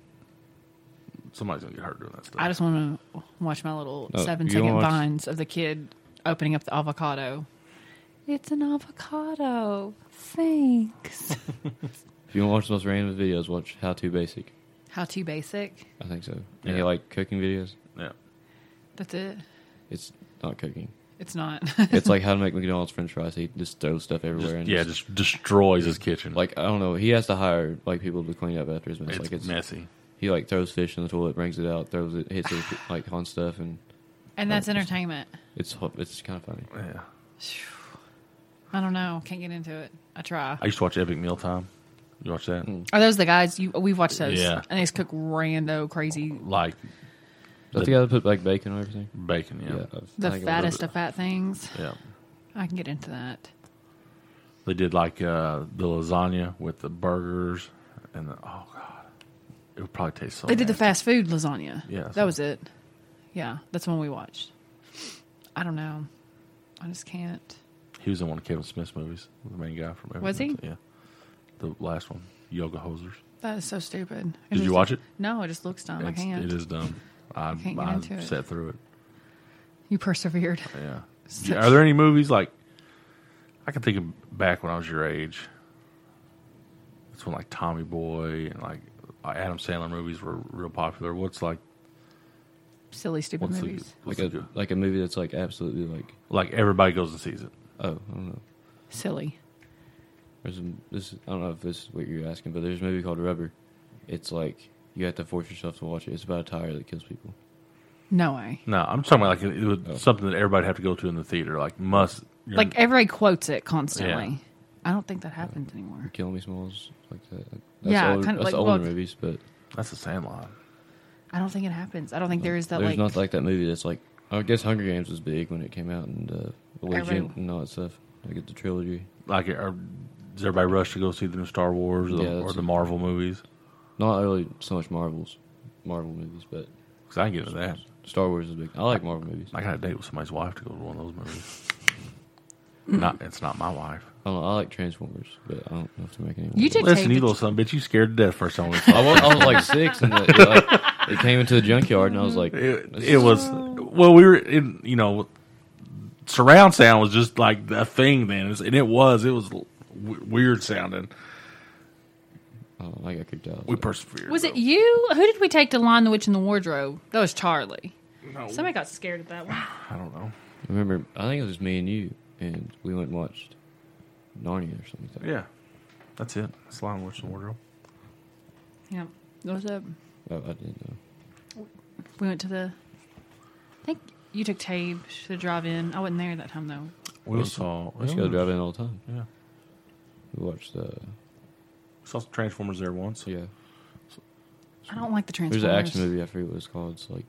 Speaker 4: somebody's gonna get hurt doing that stuff.
Speaker 5: I just want to watch my little
Speaker 6: Oh,
Speaker 5: seven
Speaker 6: you
Speaker 5: second
Speaker 6: wanna watch-
Speaker 5: vines of the kid opening up the avocado. It's an avocado. Thanks.
Speaker 6: if you want to watch the most random videos, watch How to Basic.
Speaker 5: How too basic.
Speaker 6: I think so.
Speaker 4: Yeah.
Speaker 6: Any like cooking videos?
Speaker 4: yeah.
Speaker 5: That's it.
Speaker 6: It's not cooking.
Speaker 5: It's not.
Speaker 6: It's like how to make McDonald's French fries. He just throws stuff everywhere. and
Speaker 4: yeah,
Speaker 6: just,
Speaker 4: just destroys his kitchen.
Speaker 6: like I don't know. He has to hire like people to clean up after his mess.
Speaker 4: it's,
Speaker 6: like it's
Speaker 4: messy.
Speaker 6: he like throws fish in the toilet, brings it out, throws it, hits it like on stuff, and
Speaker 5: and that's entertainment.
Speaker 6: it's it's kind of funny.
Speaker 4: Yeah.
Speaker 5: I don't know. Can't get into it. I try.
Speaker 4: I used to watch Epic Mealtime. You watch that?
Speaker 5: Are those the guys you? We've watched those.
Speaker 4: Yeah.
Speaker 5: And they just cook rando crazy.
Speaker 4: Like
Speaker 6: That's the guy that put like bacon on everything.
Speaker 4: bacon. Yeah. Yeah.
Speaker 6: I've- I
Speaker 5: The
Speaker 6: think I've
Speaker 5: fattest
Speaker 6: heard
Speaker 5: of fat things. I can get into that.
Speaker 4: They did like uh, the lasagna with the burgers and the oh god, it would probably taste
Speaker 6: Oh,
Speaker 4: so.
Speaker 5: They did the
Speaker 4: nasty.
Speaker 5: fast food lasagna.
Speaker 4: Yeah,
Speaker 5: that
Speaker 4: so-
Speaker 5: was it. Yeah, that's the one we watched. I don't know. I just can't.
Speaker 4: He was in one of Kevin Smith's movies. The main guy from. Epic
Speaker 5: Was he?
Speaker 4: Mealtime. Yeah. The last one, Yoga Hosers.
Speaker 5: That is so stupid. It
Speaker 4: Did you
Speaker 5: just-
Speaker 4: watch it?
Speaker 5: No, it just looks dumb. I
Speaker 4: It's-
Speaker 5: can't.
Speaker 4: It is dumb. I, I,
Speaker 5: can't get into it.
Speaker 4: sat through it.
Speaker 5: You persevered.
Speaker 4: Yeah.
Speaker 5: Such-
Speaker 4: Are there any movies like I can think of back when I was your age? That's when like Tommy Boy and like Adam Sandler movies were real popular. What's like
Speaker 5: Silly, stupid
Speaker 4: what's
Speaker 5: movies.
Speaker 4: the what's
Speaker 6: Like
Speaker 4: the
Speaker 6: a like a movie that's like absolutely like
Speaker 4: like everybody goes and sees it.
Speaker 6: oh I don't know.
Speaker 5: Silly.
Speaker 6: There's a, this I don't know if this is what you're asking, but there's a movie called Rubber. It's like you have to force yourself to watch it. It's about a tire that kills people.
Speaker 5: No way.
Speaker 4: No, I'm talking about like it, was
Speaker 6: Oh.
Speaker 4: something that everybody had to go to in the theater. Like must you're-
Speaker 5: Like everybody quotes it constantly. I don't think that happens anymore.
Speaker 6: Kill Me Smalls like that. That's
Speaker 5: Yeah,
Speaker 6: older,
Speaker 5: kind of
Speaker 6: that's
Speaker 5: like-
Speaker 6: older
Speaker 5: well-
Speaker 6: movies, but
Speaker 4: that's the Sandlot.
Speaker 5: I don't think it happens. I don't think there is that
Speaker 6: There's
Speaker 5: like.
Speaker 6: not like that movie that's like. I guess Hunger Games was big when it came out and uh, Allegiant
Speaker 5: Everyone-
Speaker 6: and all that stuff. Like it's the trilogy.
Speaker 4: Like, are, does everybody rush to go see the new Star Wars or,
Speaker 6: Yeah,
Speaker 4: the, or
Speaker 6: that's-
Speaker 4: the Marvel movies?
Speaker 6: Not really so much Marvels, Marvel movies, but
Speaker 4: Because I can get into that.
Speaker 6: Star Wars is big. I like Marvel movies. I
Speaker 4: I got a date with somebody's wife to go to one of those movies. not, it's not my wife.
Speaker 6: don't know. I like Transformers, but I don't know if they're making any.
Speaker 5: you
Speaker 6: more.
Speaker 5: did
Speaker 4: Listen,
Speaker 5: take
Speaker 4: you
Speaker 5: the,
Speaker 4: little son, of a bitch, you scared to death first time we saw it.
Speaker 6: I was, I was like six, and it, it, like, it came into the junkyard, and I was like,
Speaker 4: It,
Speaker 6: this
Speaker 4: it
Speaker 6: is-
Speaker 4: was well, we were in you know, surround sound was just like the thing then, and it was it was w- weird sounding.
Speaker 6: Oh, I got kicked out.
Speaker 4: We persevered.
Speaker 5: Was it you? Who did we take to Line the Witch in the Wardrobe? That was Charlie.
Speaker 4: No.
Speaker 5: Somebody got scared at that one.
Speaker 4: I don't know.
Speaker 6: I remember, I think it was just me and you, and we went and watched Narnia or something. Like that.
Speaker 4: Yeah, that's it. It's Lion Witch in the Wardrobe.
Speaker 5: Yeah. What was that?
Speaker 6: Oh, I didn't know.
Speaker 5: We went to the. I think you took Tabe to the drive in. I wasn't there that time though.
Speaker 4: We, saw
Speaker 6: I used to go drive in all the time.
Speaker 4: Yeah.
Speaker 6: We watched, uh,
Speaker 4: We saw some Transformers there once.
Speaker 6: yeah.
Speaker 5: I don't like the
Speaker 6: There's
Speaker 5: Transformers.
Speaker 6: an action movie, I forget what it's called. It's like,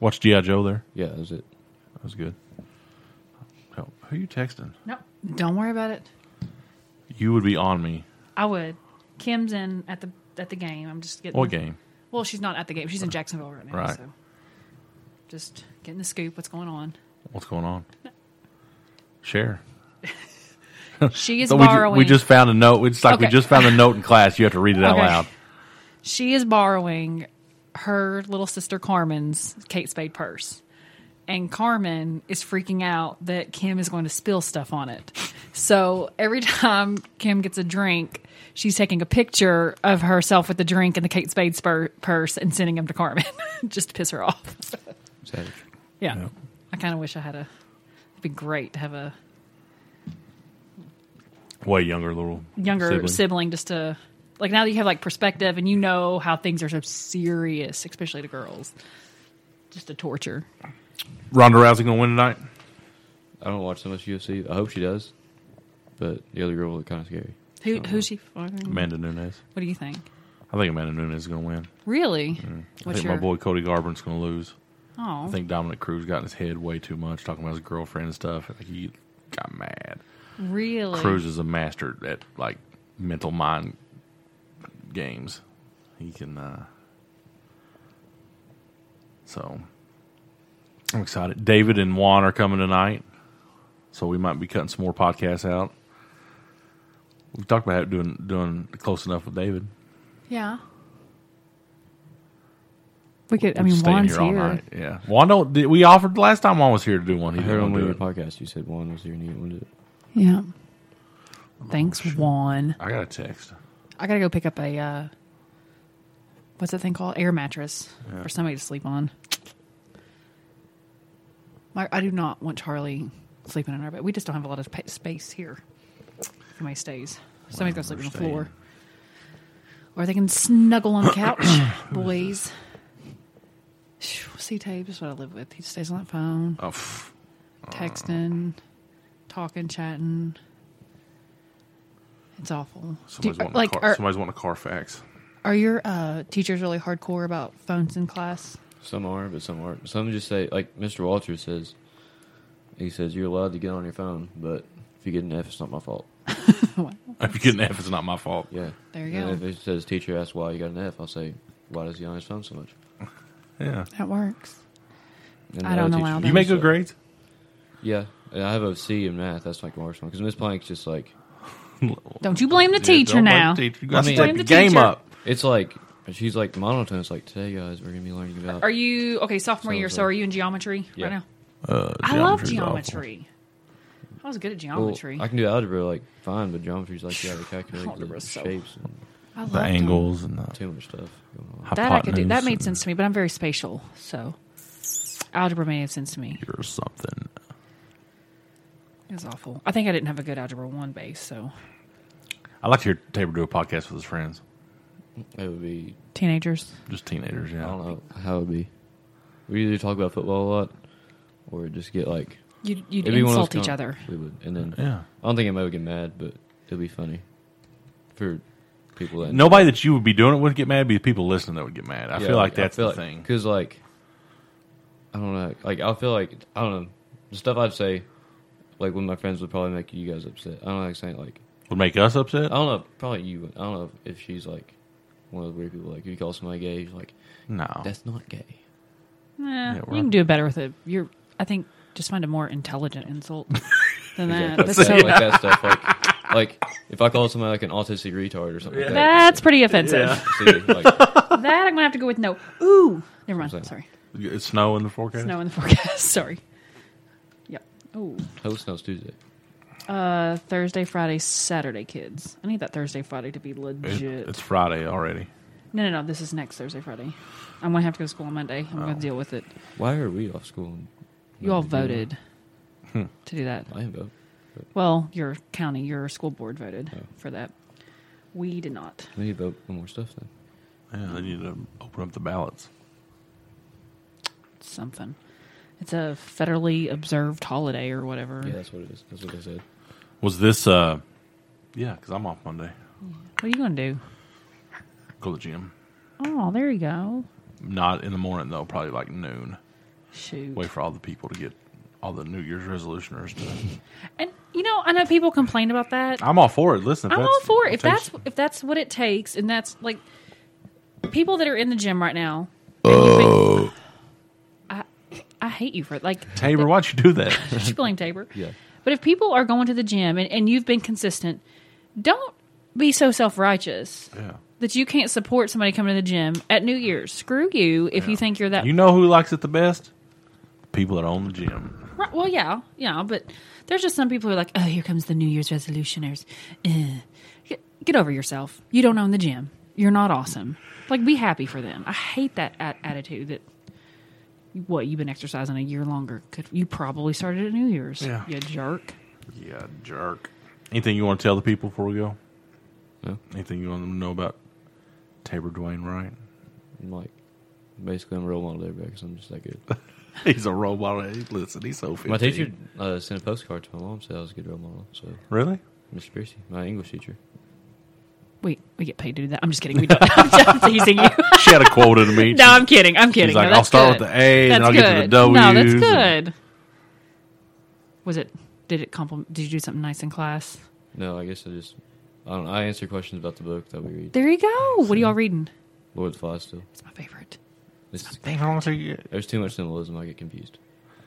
Speaker 4: Watched GI Joe there.
Speaker 6: yeah, that was it.
Speaker 4: That was good. Oh, Who you texting?
Speaker 5: No, don't worry about it.
Speaker 4: You would be on me.
Speaker 5: I would. Kim's in at the at the game. I'm just getting
Speaker 4: What game?
Speaker 5: Well, she's not at the game. She's in Jacksonville right now.
Speaker 4: Right.
Speaker 5: So just getting the scoop. What's going on?
Speaker 4: What's going on? Share.
Speaker 5: She is
Speaker 4: So we, ju-
Speaker 5: borrowing.
Speaker 4: we just found a note. It's like we
Speaker 5: Okay.
Speaker 4: just found a note in class. You have to read it out
Speaker 5: Okay.
Speaker 4: loud.
Speaker 5: she is borrowing her little sister Carmen's Kate Spade purse. And Carmen is freaking out that Kim is going to spill stuff on it. So every time Kim gets a drink, she's taking a picture of herself with the drink and the Kate Spade spur- purse and sending them to Carmen just to piss her off.
Speaker 6: Savage.
Speaker 5: Yeah. I kind of wish I had a. It'd be great to have a
Speaker 4: Way younger little
Speaker 5: younger sibling.
Speaker 4: sibling.
Speaker 5: just to like now that you have like perspective and you know how things are so serious, especially to girls. Just a torture.
Speaker 4: Ronda Rousey gonna win tonight?
Speaker 5: Mm-hmm.
Speaker 6: I don't watch so much UFC. I hope she does, but the other girl looked kind of scary.
Speaker 5: Who who's she? What
Speaker 4: Amanda Nunes.
Speaker 5: do you think?
Speaker 4: I think Amanda Nunes is gonna win.
Speaker 5: Really?
Speaker 4: Mm. I
Speaker 5: What's
Speaker 4: think
Speaker 5: your?
Speaker 4: my boy Cody Garbrandt gonna lose.
Speaker 5: oh,
Speaker 4: I think Dominic Cruz got in his head way too much talking about his girlfriend and stuff. Like, He got mad.
Speaker 5: really?
Speaker 4: Cruz is a master at like mental mind games. He can. uh So I'm excited. David and Juan are coming tonight, so we might be cutting some more podcasts out. We talked about doing doing close enough with David.
Speaker 5: Yeah. We could. I
Speaker 4: We'd
Speaker 5: mean,
Speaker 4: stay in
Speaker 5: Juan's here.
Speaker 4: Yeah, Juan don't. Did, we offered last time Juan was here to do one. He
Speaker 6: I heard on
Speaker 4: didn't
Speaker 6: one of
Speaker 4: do
Speaker 6: your
Speaker 4: it.
Speaker 6: podcasts you said one was here and you didn't want to do it.
Speaker 5: Yeah.
Speaker 4: Oh,
Speaker 5: Thanks, Juan.
Speaker 4: I got a text.
Speaker 5: I gotta go pick up a. Uh, what's that thing called? Air mattress for somebody to sleep on. My, I do not want Charlie sleeping in our bed. We just don't have a lot of pa- space here. Somebody stays. Somebody's gonna sleep on the
Speaker 4: Understand.
Speaker 5: floor, or they can snuggle on the couch, boys. See, Tape is what I live with. He stays on that phone,
Speaker 4: Oh, pff,
Speaker 5: texting, talking, chatting. It's awful.
Speaker 4: somebody's,
Speaker 5: Do-
Speaker 4: wanting
Speaker 5: like,
Speaker 4: a car,
Speaker 5: are-
Speaker 4: somebody's wanting a Carfax.
Speaker 5: are your uh, teachers really hardcore about phones in class?
Speaker 6: Some are, but some aren't. Some just say, like Mr. Walters says, he says you're allowed to get on your phone, but if you get an F, it's not my fault.
Speaker 4: If you get an F, it's not my fault.
Speaker 6: Yeah,
Speaker 5: There you
Speaker 6: and
Speaker 5: go.
Speaker 6: If it says teacher asks why you got an F, I'll say why does he on his phone so much?
Speaker 4: Yeah.
Speaker 5: That works.
Speaker 6: And
Speaker 5: I
Speaker 6: the
Speaker 5: don't
Speaker 6: other
Speaker 5: allow
Speaker 6: teachers
Speaker 5: that.
Speaker 4: You make
Speaker 6: just
Speaker 4: good
Speaker 6: say-
Speaker 4: grades.
Speaker 6: Yeah, and I have a C in math. That's like my worst one because Miss Plank's just like
Speaker 5: Don't you blame the teacher
Speaker 4: Don't blame
Speaker 5: now.
Speaker 4: the teacher. You got
Speaker 6: I mean-
Speaker 4: to take
Speaker 6: Blame
Speaker 4: the
Speaker 5: the
Speaker 4: game
Speaker 5: teacher.
Speaker 4: up.
Speaker 6: it's like she's like monotone. It's like today, guys, we're gonna be learning about.
Speaker 5: Are you okay? Sophomore
Speaker 6: So
Speaker 5: year,
Speaker 6: is
Speaker 5: so
Speaker 6: it.
Speaker 5: are you in geometry
Speaker 6: Yeah.
Speaker 5: right now?
Speaker 4: Uh,
Speaker 5: I love
Speaker 4: geometry's awful.
Speaker 5: geometry. I was good at
Speaker 6: Well,
Speaker 5: geometry.
Speaker 6: I can do algebra like fine, but geometry's like you have to calculate the
Speaker 5: Algebra's so-
Speaker 6: shapes and
Speaker 5: I loved
Speaker 4: The
Speaker 5: 'em.
Speaker 4: angles and the
Speaker 6: too much stuff going on.
Speaker 5: that I could do. That
Speaker 4: hypotenuse
Speaker 5: made
Speaker 4: and
Speaker 5: sense to me, but I'm very spatial, so algebra made sense to me.
Speaker 4: Or something.
Speaker 5: It was awful. I think I didn't have a good algebra one base, so
Speaker 4: I like to hear Tabor do a podcast with his friends,
Speaker 6: It would be
Speaker 5: teenagers.
Speaker 4: just teenagers.
Speaker 6: I don't
Speaker 4: Yeah.
Speaker 6: know how it would be. We either talk about football a lot, or just get like
Speaker 5: You you'd
Speaker 6: it'd be one of
Speaker 5: insult
Speaker 6: those
Speaker 5: each
Speaker 6: con-
Speaker 5: other.
Speaker 6: We would, and then
Speaker 4: Yeah.
Speaker 6: I don't think Emma would get mad, but it'd be funny for people that
Speaker 4: Nobody that you would be doing it with get mad. Be the people listening that would get mad. I
Speaker 6: Yeah,
Speaker 4: feel like
Speaker 6: I
Speaker 4: that's
Speaker 6: feel
Speaker 4: the thing.
Speaker 6: Because like, I don't know. Like I feel like I don't know the stuff I'd say. Like when my friends would probably make you guys upset. I don't know. Like saying like
Speaker 4: Would make us upset.
Speaker 6: I don't know. Probably you. would. I don't know if she's like one of the weird people. Like you call somebody gay, she's like
Speaker 4: No,
Speaker 6: that's not gay.
Speaker 5: Eh, you
Speaker 4: we're-
Speaker 5: can do better with it. You're, I think, just find a more intelligent insult than
Speaker 6: Exactly.
Speaker 5: that. Uh, That's,
Speaker 6: Like,
Speaker 5: so,
Speaker 6: that- like that stuff. Like like if I call somebody like an autistic retard or something. Like
Speaker 5: that's pretty offensive.
Speaker 6: that, see, like,
Speaker 5: That I'm gonna have to go with no. Ooh, never mind.
Speaker 6: What's that?
Speaker 5: Sorry,
Speaker 4: it's snow in the forecast.
Speaker 5: snow in the forecast. Sorry. Yep. Ooh,
Speaker 6: host knows Tuesday.
Speaker 5: uh, Thursday, Friday, Saturday, kids. I need that Thursday, Friday to be
Speaker 4: It-
Speaker 5: legit.
Speaker 4: it's Friday already.
Speaker 5: no, no, no. This is next Thursday, Friday. I'm gonna have to go to school on Monday. I'm gonna deal with it.
Speaker 6: Why are we off school? and-
Speaker 5: You all voted to do that.
Speaker 6: I am vote.
Speaker 5: Well, your county, your school board voted for that. We did not.
Speaker 6: We need to vote on more stuff then.
Speaker 4: Yeah, they need to open up the ballots.
Speaker 5: something. It's a federally observed holiday or whatever.
Speaker 6: Yeah, that's what it is. That's what they said.
Speaker 4: Was this? uh Yeah, because I'm off Monday.
Speaker 5: What are you going to do?
Speaker 4: Go to the gym.
Speaker 5: Oh, there you go.
Speaker 4: Not in the morning though. Probably like noon.
Speaker 5: Shoot.
Speaker 4: Wait for all the people to get all the New Year's resolutioners. To,
Speaker 5: And you know, I know people complain about that.
Speaker 4: I'm all for it. Listen, if
Speaker 5: I'm
Speaker 4: Oh, that's,
Speaker 5: all for it. If
Speaker 4: takes-
Speaker 5: that's if that's what it takes and that's like people that are in the gym right now.
Speaker 4: Uh.
Speaker 5: I I hate you for it. Like
Speaker 4: Tabor, why'd you do that?
Speaker 5: just blame Tabor.
Speaker 6: Yeah.
Speaker 5: But if people are going to the gym and, and you've been consistent, don't be so self righteous
Speaker 4: yeah.
Speaker 5: that you can't support somebody coming to the gym at New Year's. Screw you if you think you're that
Speaker 4: You know who likes it the best? People that own the gym.
Speaker 5: Right, well, yeah, yeah, but there's just some people who are like, oh, here comes the New Year's resolutioners. Ugh. Get, get over yourself. You don't own the gym. You're not awesome. Like, be happy for them. I hate that at- attitude that, what, you've been exercising a year longer. Could, you probably started at New Year's,
Speaker 4: Yeah.
Speaker 5: you jerk.
Speaker 4: Yeah, jerk. Anything you want to tell the people before we go?
Speaker 6: No.
Speaker 4: Anything you want them to know about Tabor Dwayne Wright?
Speaker 6: I'm like, basically, I'm a role model there because I'm just that good.
Speaker 4: He's a robot. He- Listen, he's so 15.
Speaker 6: My teacher uh, sent a postcard to my mom, said I was a good role model. So,
Speaker 4: Really?
Speaker 6: Mr. Piercy, my English teacher.
Speaker 5: Wait, we get paid to do that. I'm just kidding. We don't. I'm just teasing you.
Speaker 4: She had a quota to meet.
Speaker 5: no, I'm kidding. I'm kidding.
Speaker 4: He's like,
Speaker 5: No, that's
Speaker 4: I'll start
Speaker 5: good.
Speaker 4: with the A, then
Speaker 5: That's
Speaker 4: I'll
Speaker 5: good.
Speaker 4: get to the
Speaker 5: No, that's
Speaker 4: W's, and-
Speaker 5: good. Was it, did it compliment, did you do something nice in class?
Speaker 6: No, I guess I just, I don't know. I answer questions about the book that we read.
Speaker 5: There you go. What are y'all reading?
Speaker 6: Lord of the Flies still.
Speaker 5: It's my favorite.
Speaker 6: This,
Speaker 4: Dang, how long till you get-
Speaker 6: there's too much symbolism. I get confused.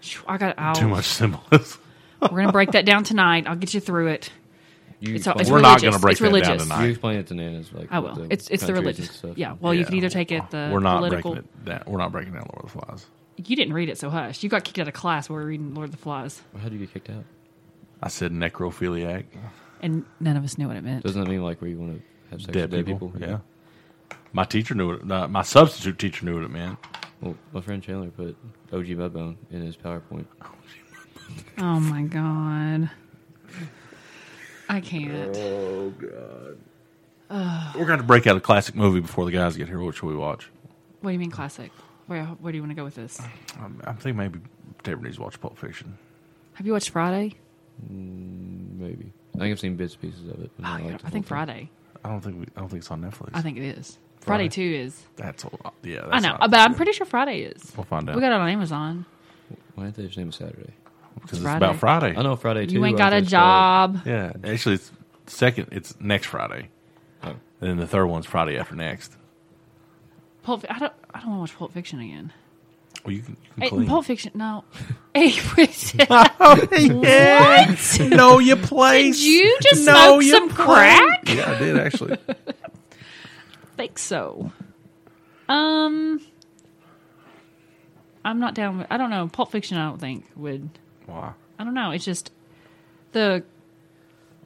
Speaker 5: Phew, I got. I'll,
Speaker 4: Too much symbolism.
Speaker 5: We're gonna break that down tonight. I'll get you through it.
Speaker 6: You
Speaker 5: It's,
Speaker 6: explain,
Speaker 5: it's
Speaker 4: We're not gonna
Speaker 5: religious.
Speaker 4: break
Speaker 5: it's
Speaker 4: that down
Speaker 5: religious.
Speaker 4: tonight.
Speaker 6: you explain it to Nana's. Like,
Speaker 5: I
Speaker 6: with
Speaker 5: will. It's it's the
Speaker 6: countries and
Speaker 5: religious.
Speaker 6: stuff.
Speaker 5: Yeah. Well, you
Speaker 4: Yeah.
Speaker 5: can either take it the
Speaker 4: We're not
Speaker 5: political.
Speaker 4: breaking it down. We're not breaking down Lord of the Flies.
Speaker 5: You didn't read it, so hush. You got kicked out of class. while We were reading Lord of the Flies,
Speaker 6: How do you get kicked out?
Speaker 4: I said necrophiliac.
Speaker 5: and none of us knew what it meant.
Speaker 6: Doesn't that mean like where you want to have sex
Speaker 4: Dead
Speaker 6: with dead
Speaker 4: people.
Speaker 6: people?
Speaker 4: Yeah. My teacher knew it. Uh, my substitute teacher knew what it meant.
Speaker 6: Well, my friend Chandler put OG Mudbone in his PowerPoint.
Speaker 5: Oh my god. I can't.
Speaker 4: We're going to break out a classic movie before the guys get here. What should we watch?
Speaker 5: What do you mean classic? Where where do you want to go with this?
Speaker 4: I'm, I'm thinking Um, maybe Tabor needs to watch Pulp Fiction.
Speaker 5: Have you watched Friday?
Speaker 6: Maybe. I think I've seen bits and pieces of it. but
Speaker 5: Oh,
Speaker 6: not, like,
Speaker 5: you don't-
Speaker 6: the
Speaker 5: I
Speaker 6: whole
Speaker 5: think
Speaker 6: thing.
Speaker 5: Friday.
Speaker 4: I don't think we, I don't think it's on Netflix.
Speaker 5: I think it is. Friday,
Speaker 4: Friday?
Speaker 5: too is.
Speaker 4: that's a lot. Yeah,
Speaker 5: I
Speaker 4: that's
Speaker 5: know,
Speaker 4: not-
Speaker 5: but I'm pretty sure Friday is.
Speaker 4: We'll find out.
Speaker 5: We got it on Amazon.
Speaker 6: Why didn't they just name it Saturday?
Speaker 4: because it's
Speaker 5: Friday.
Speaker 4: about Friday.
Speaker 6: I know Friday too.
Speaker 5: You ain't
Speaker 6: I uh,
Speaker 5: got a
Speaker 6: think it's
Speaker 4: uh,
Speaker 6: Friday.
Speaker 5: job.
Speaker 4: Yeah, actually, it's second. It's next Friday,
Speaker 6: Oh.
Speaker 4: and then the third one's Friday after next.
Speaker 5: Pulp. I don't. I don't want to watch Pulp Fiction again.
Speaker 4: Well, you can, you can
Speaker 5: Hey,
Speaker 4: clean.
Speaker 5: Pulp Fiction. No. hey, wait. What?
Speaker 4: Oh, know your place.
Speaker 5: Did you just
Speaker 4: Know
Speaker 5: smoke
Speaker 4: your
Speaker 5: some
Speaker 4: place.
Speaker 5: crack?
Speaker 4: Yeah, I did actually.
Speaker 5: think so. Um. I'm not down with. I don't know. Pulp Fiction. I don't think would.
Speaker 4: Wow.
Speaker 5: I don't know. It's just the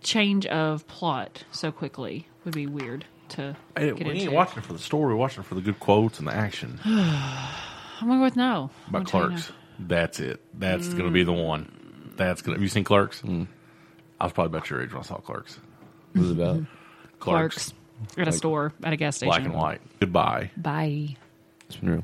Speaker 5: change of plot so quickly would be weird to
Speaker 4: Hey,
Speaker 5: get
Speaker 4: we
Speaker 5: into.
Speaker 4: ain't watching for the story. We're watching for the good quotes and the action.
Speaker 5: I'm going with no. I'm
Speaker 4: But
Speaker 5: gonna tell you
Speaker 4: Clerks, that's it. That's going to be the one. That's going. to Have you seen Clerks? I was probably about your age when I saw Clerks.
Speaker 6: Mm-hmm. What was it about?
Speaker 5: no.
Speaker 4: Clerks,
Speaker 5: Clerks at a store at a gas station.
Speaker 4: black and white. Goodbye.
Speaker 5: Bye.
Speaker 6: It's been real.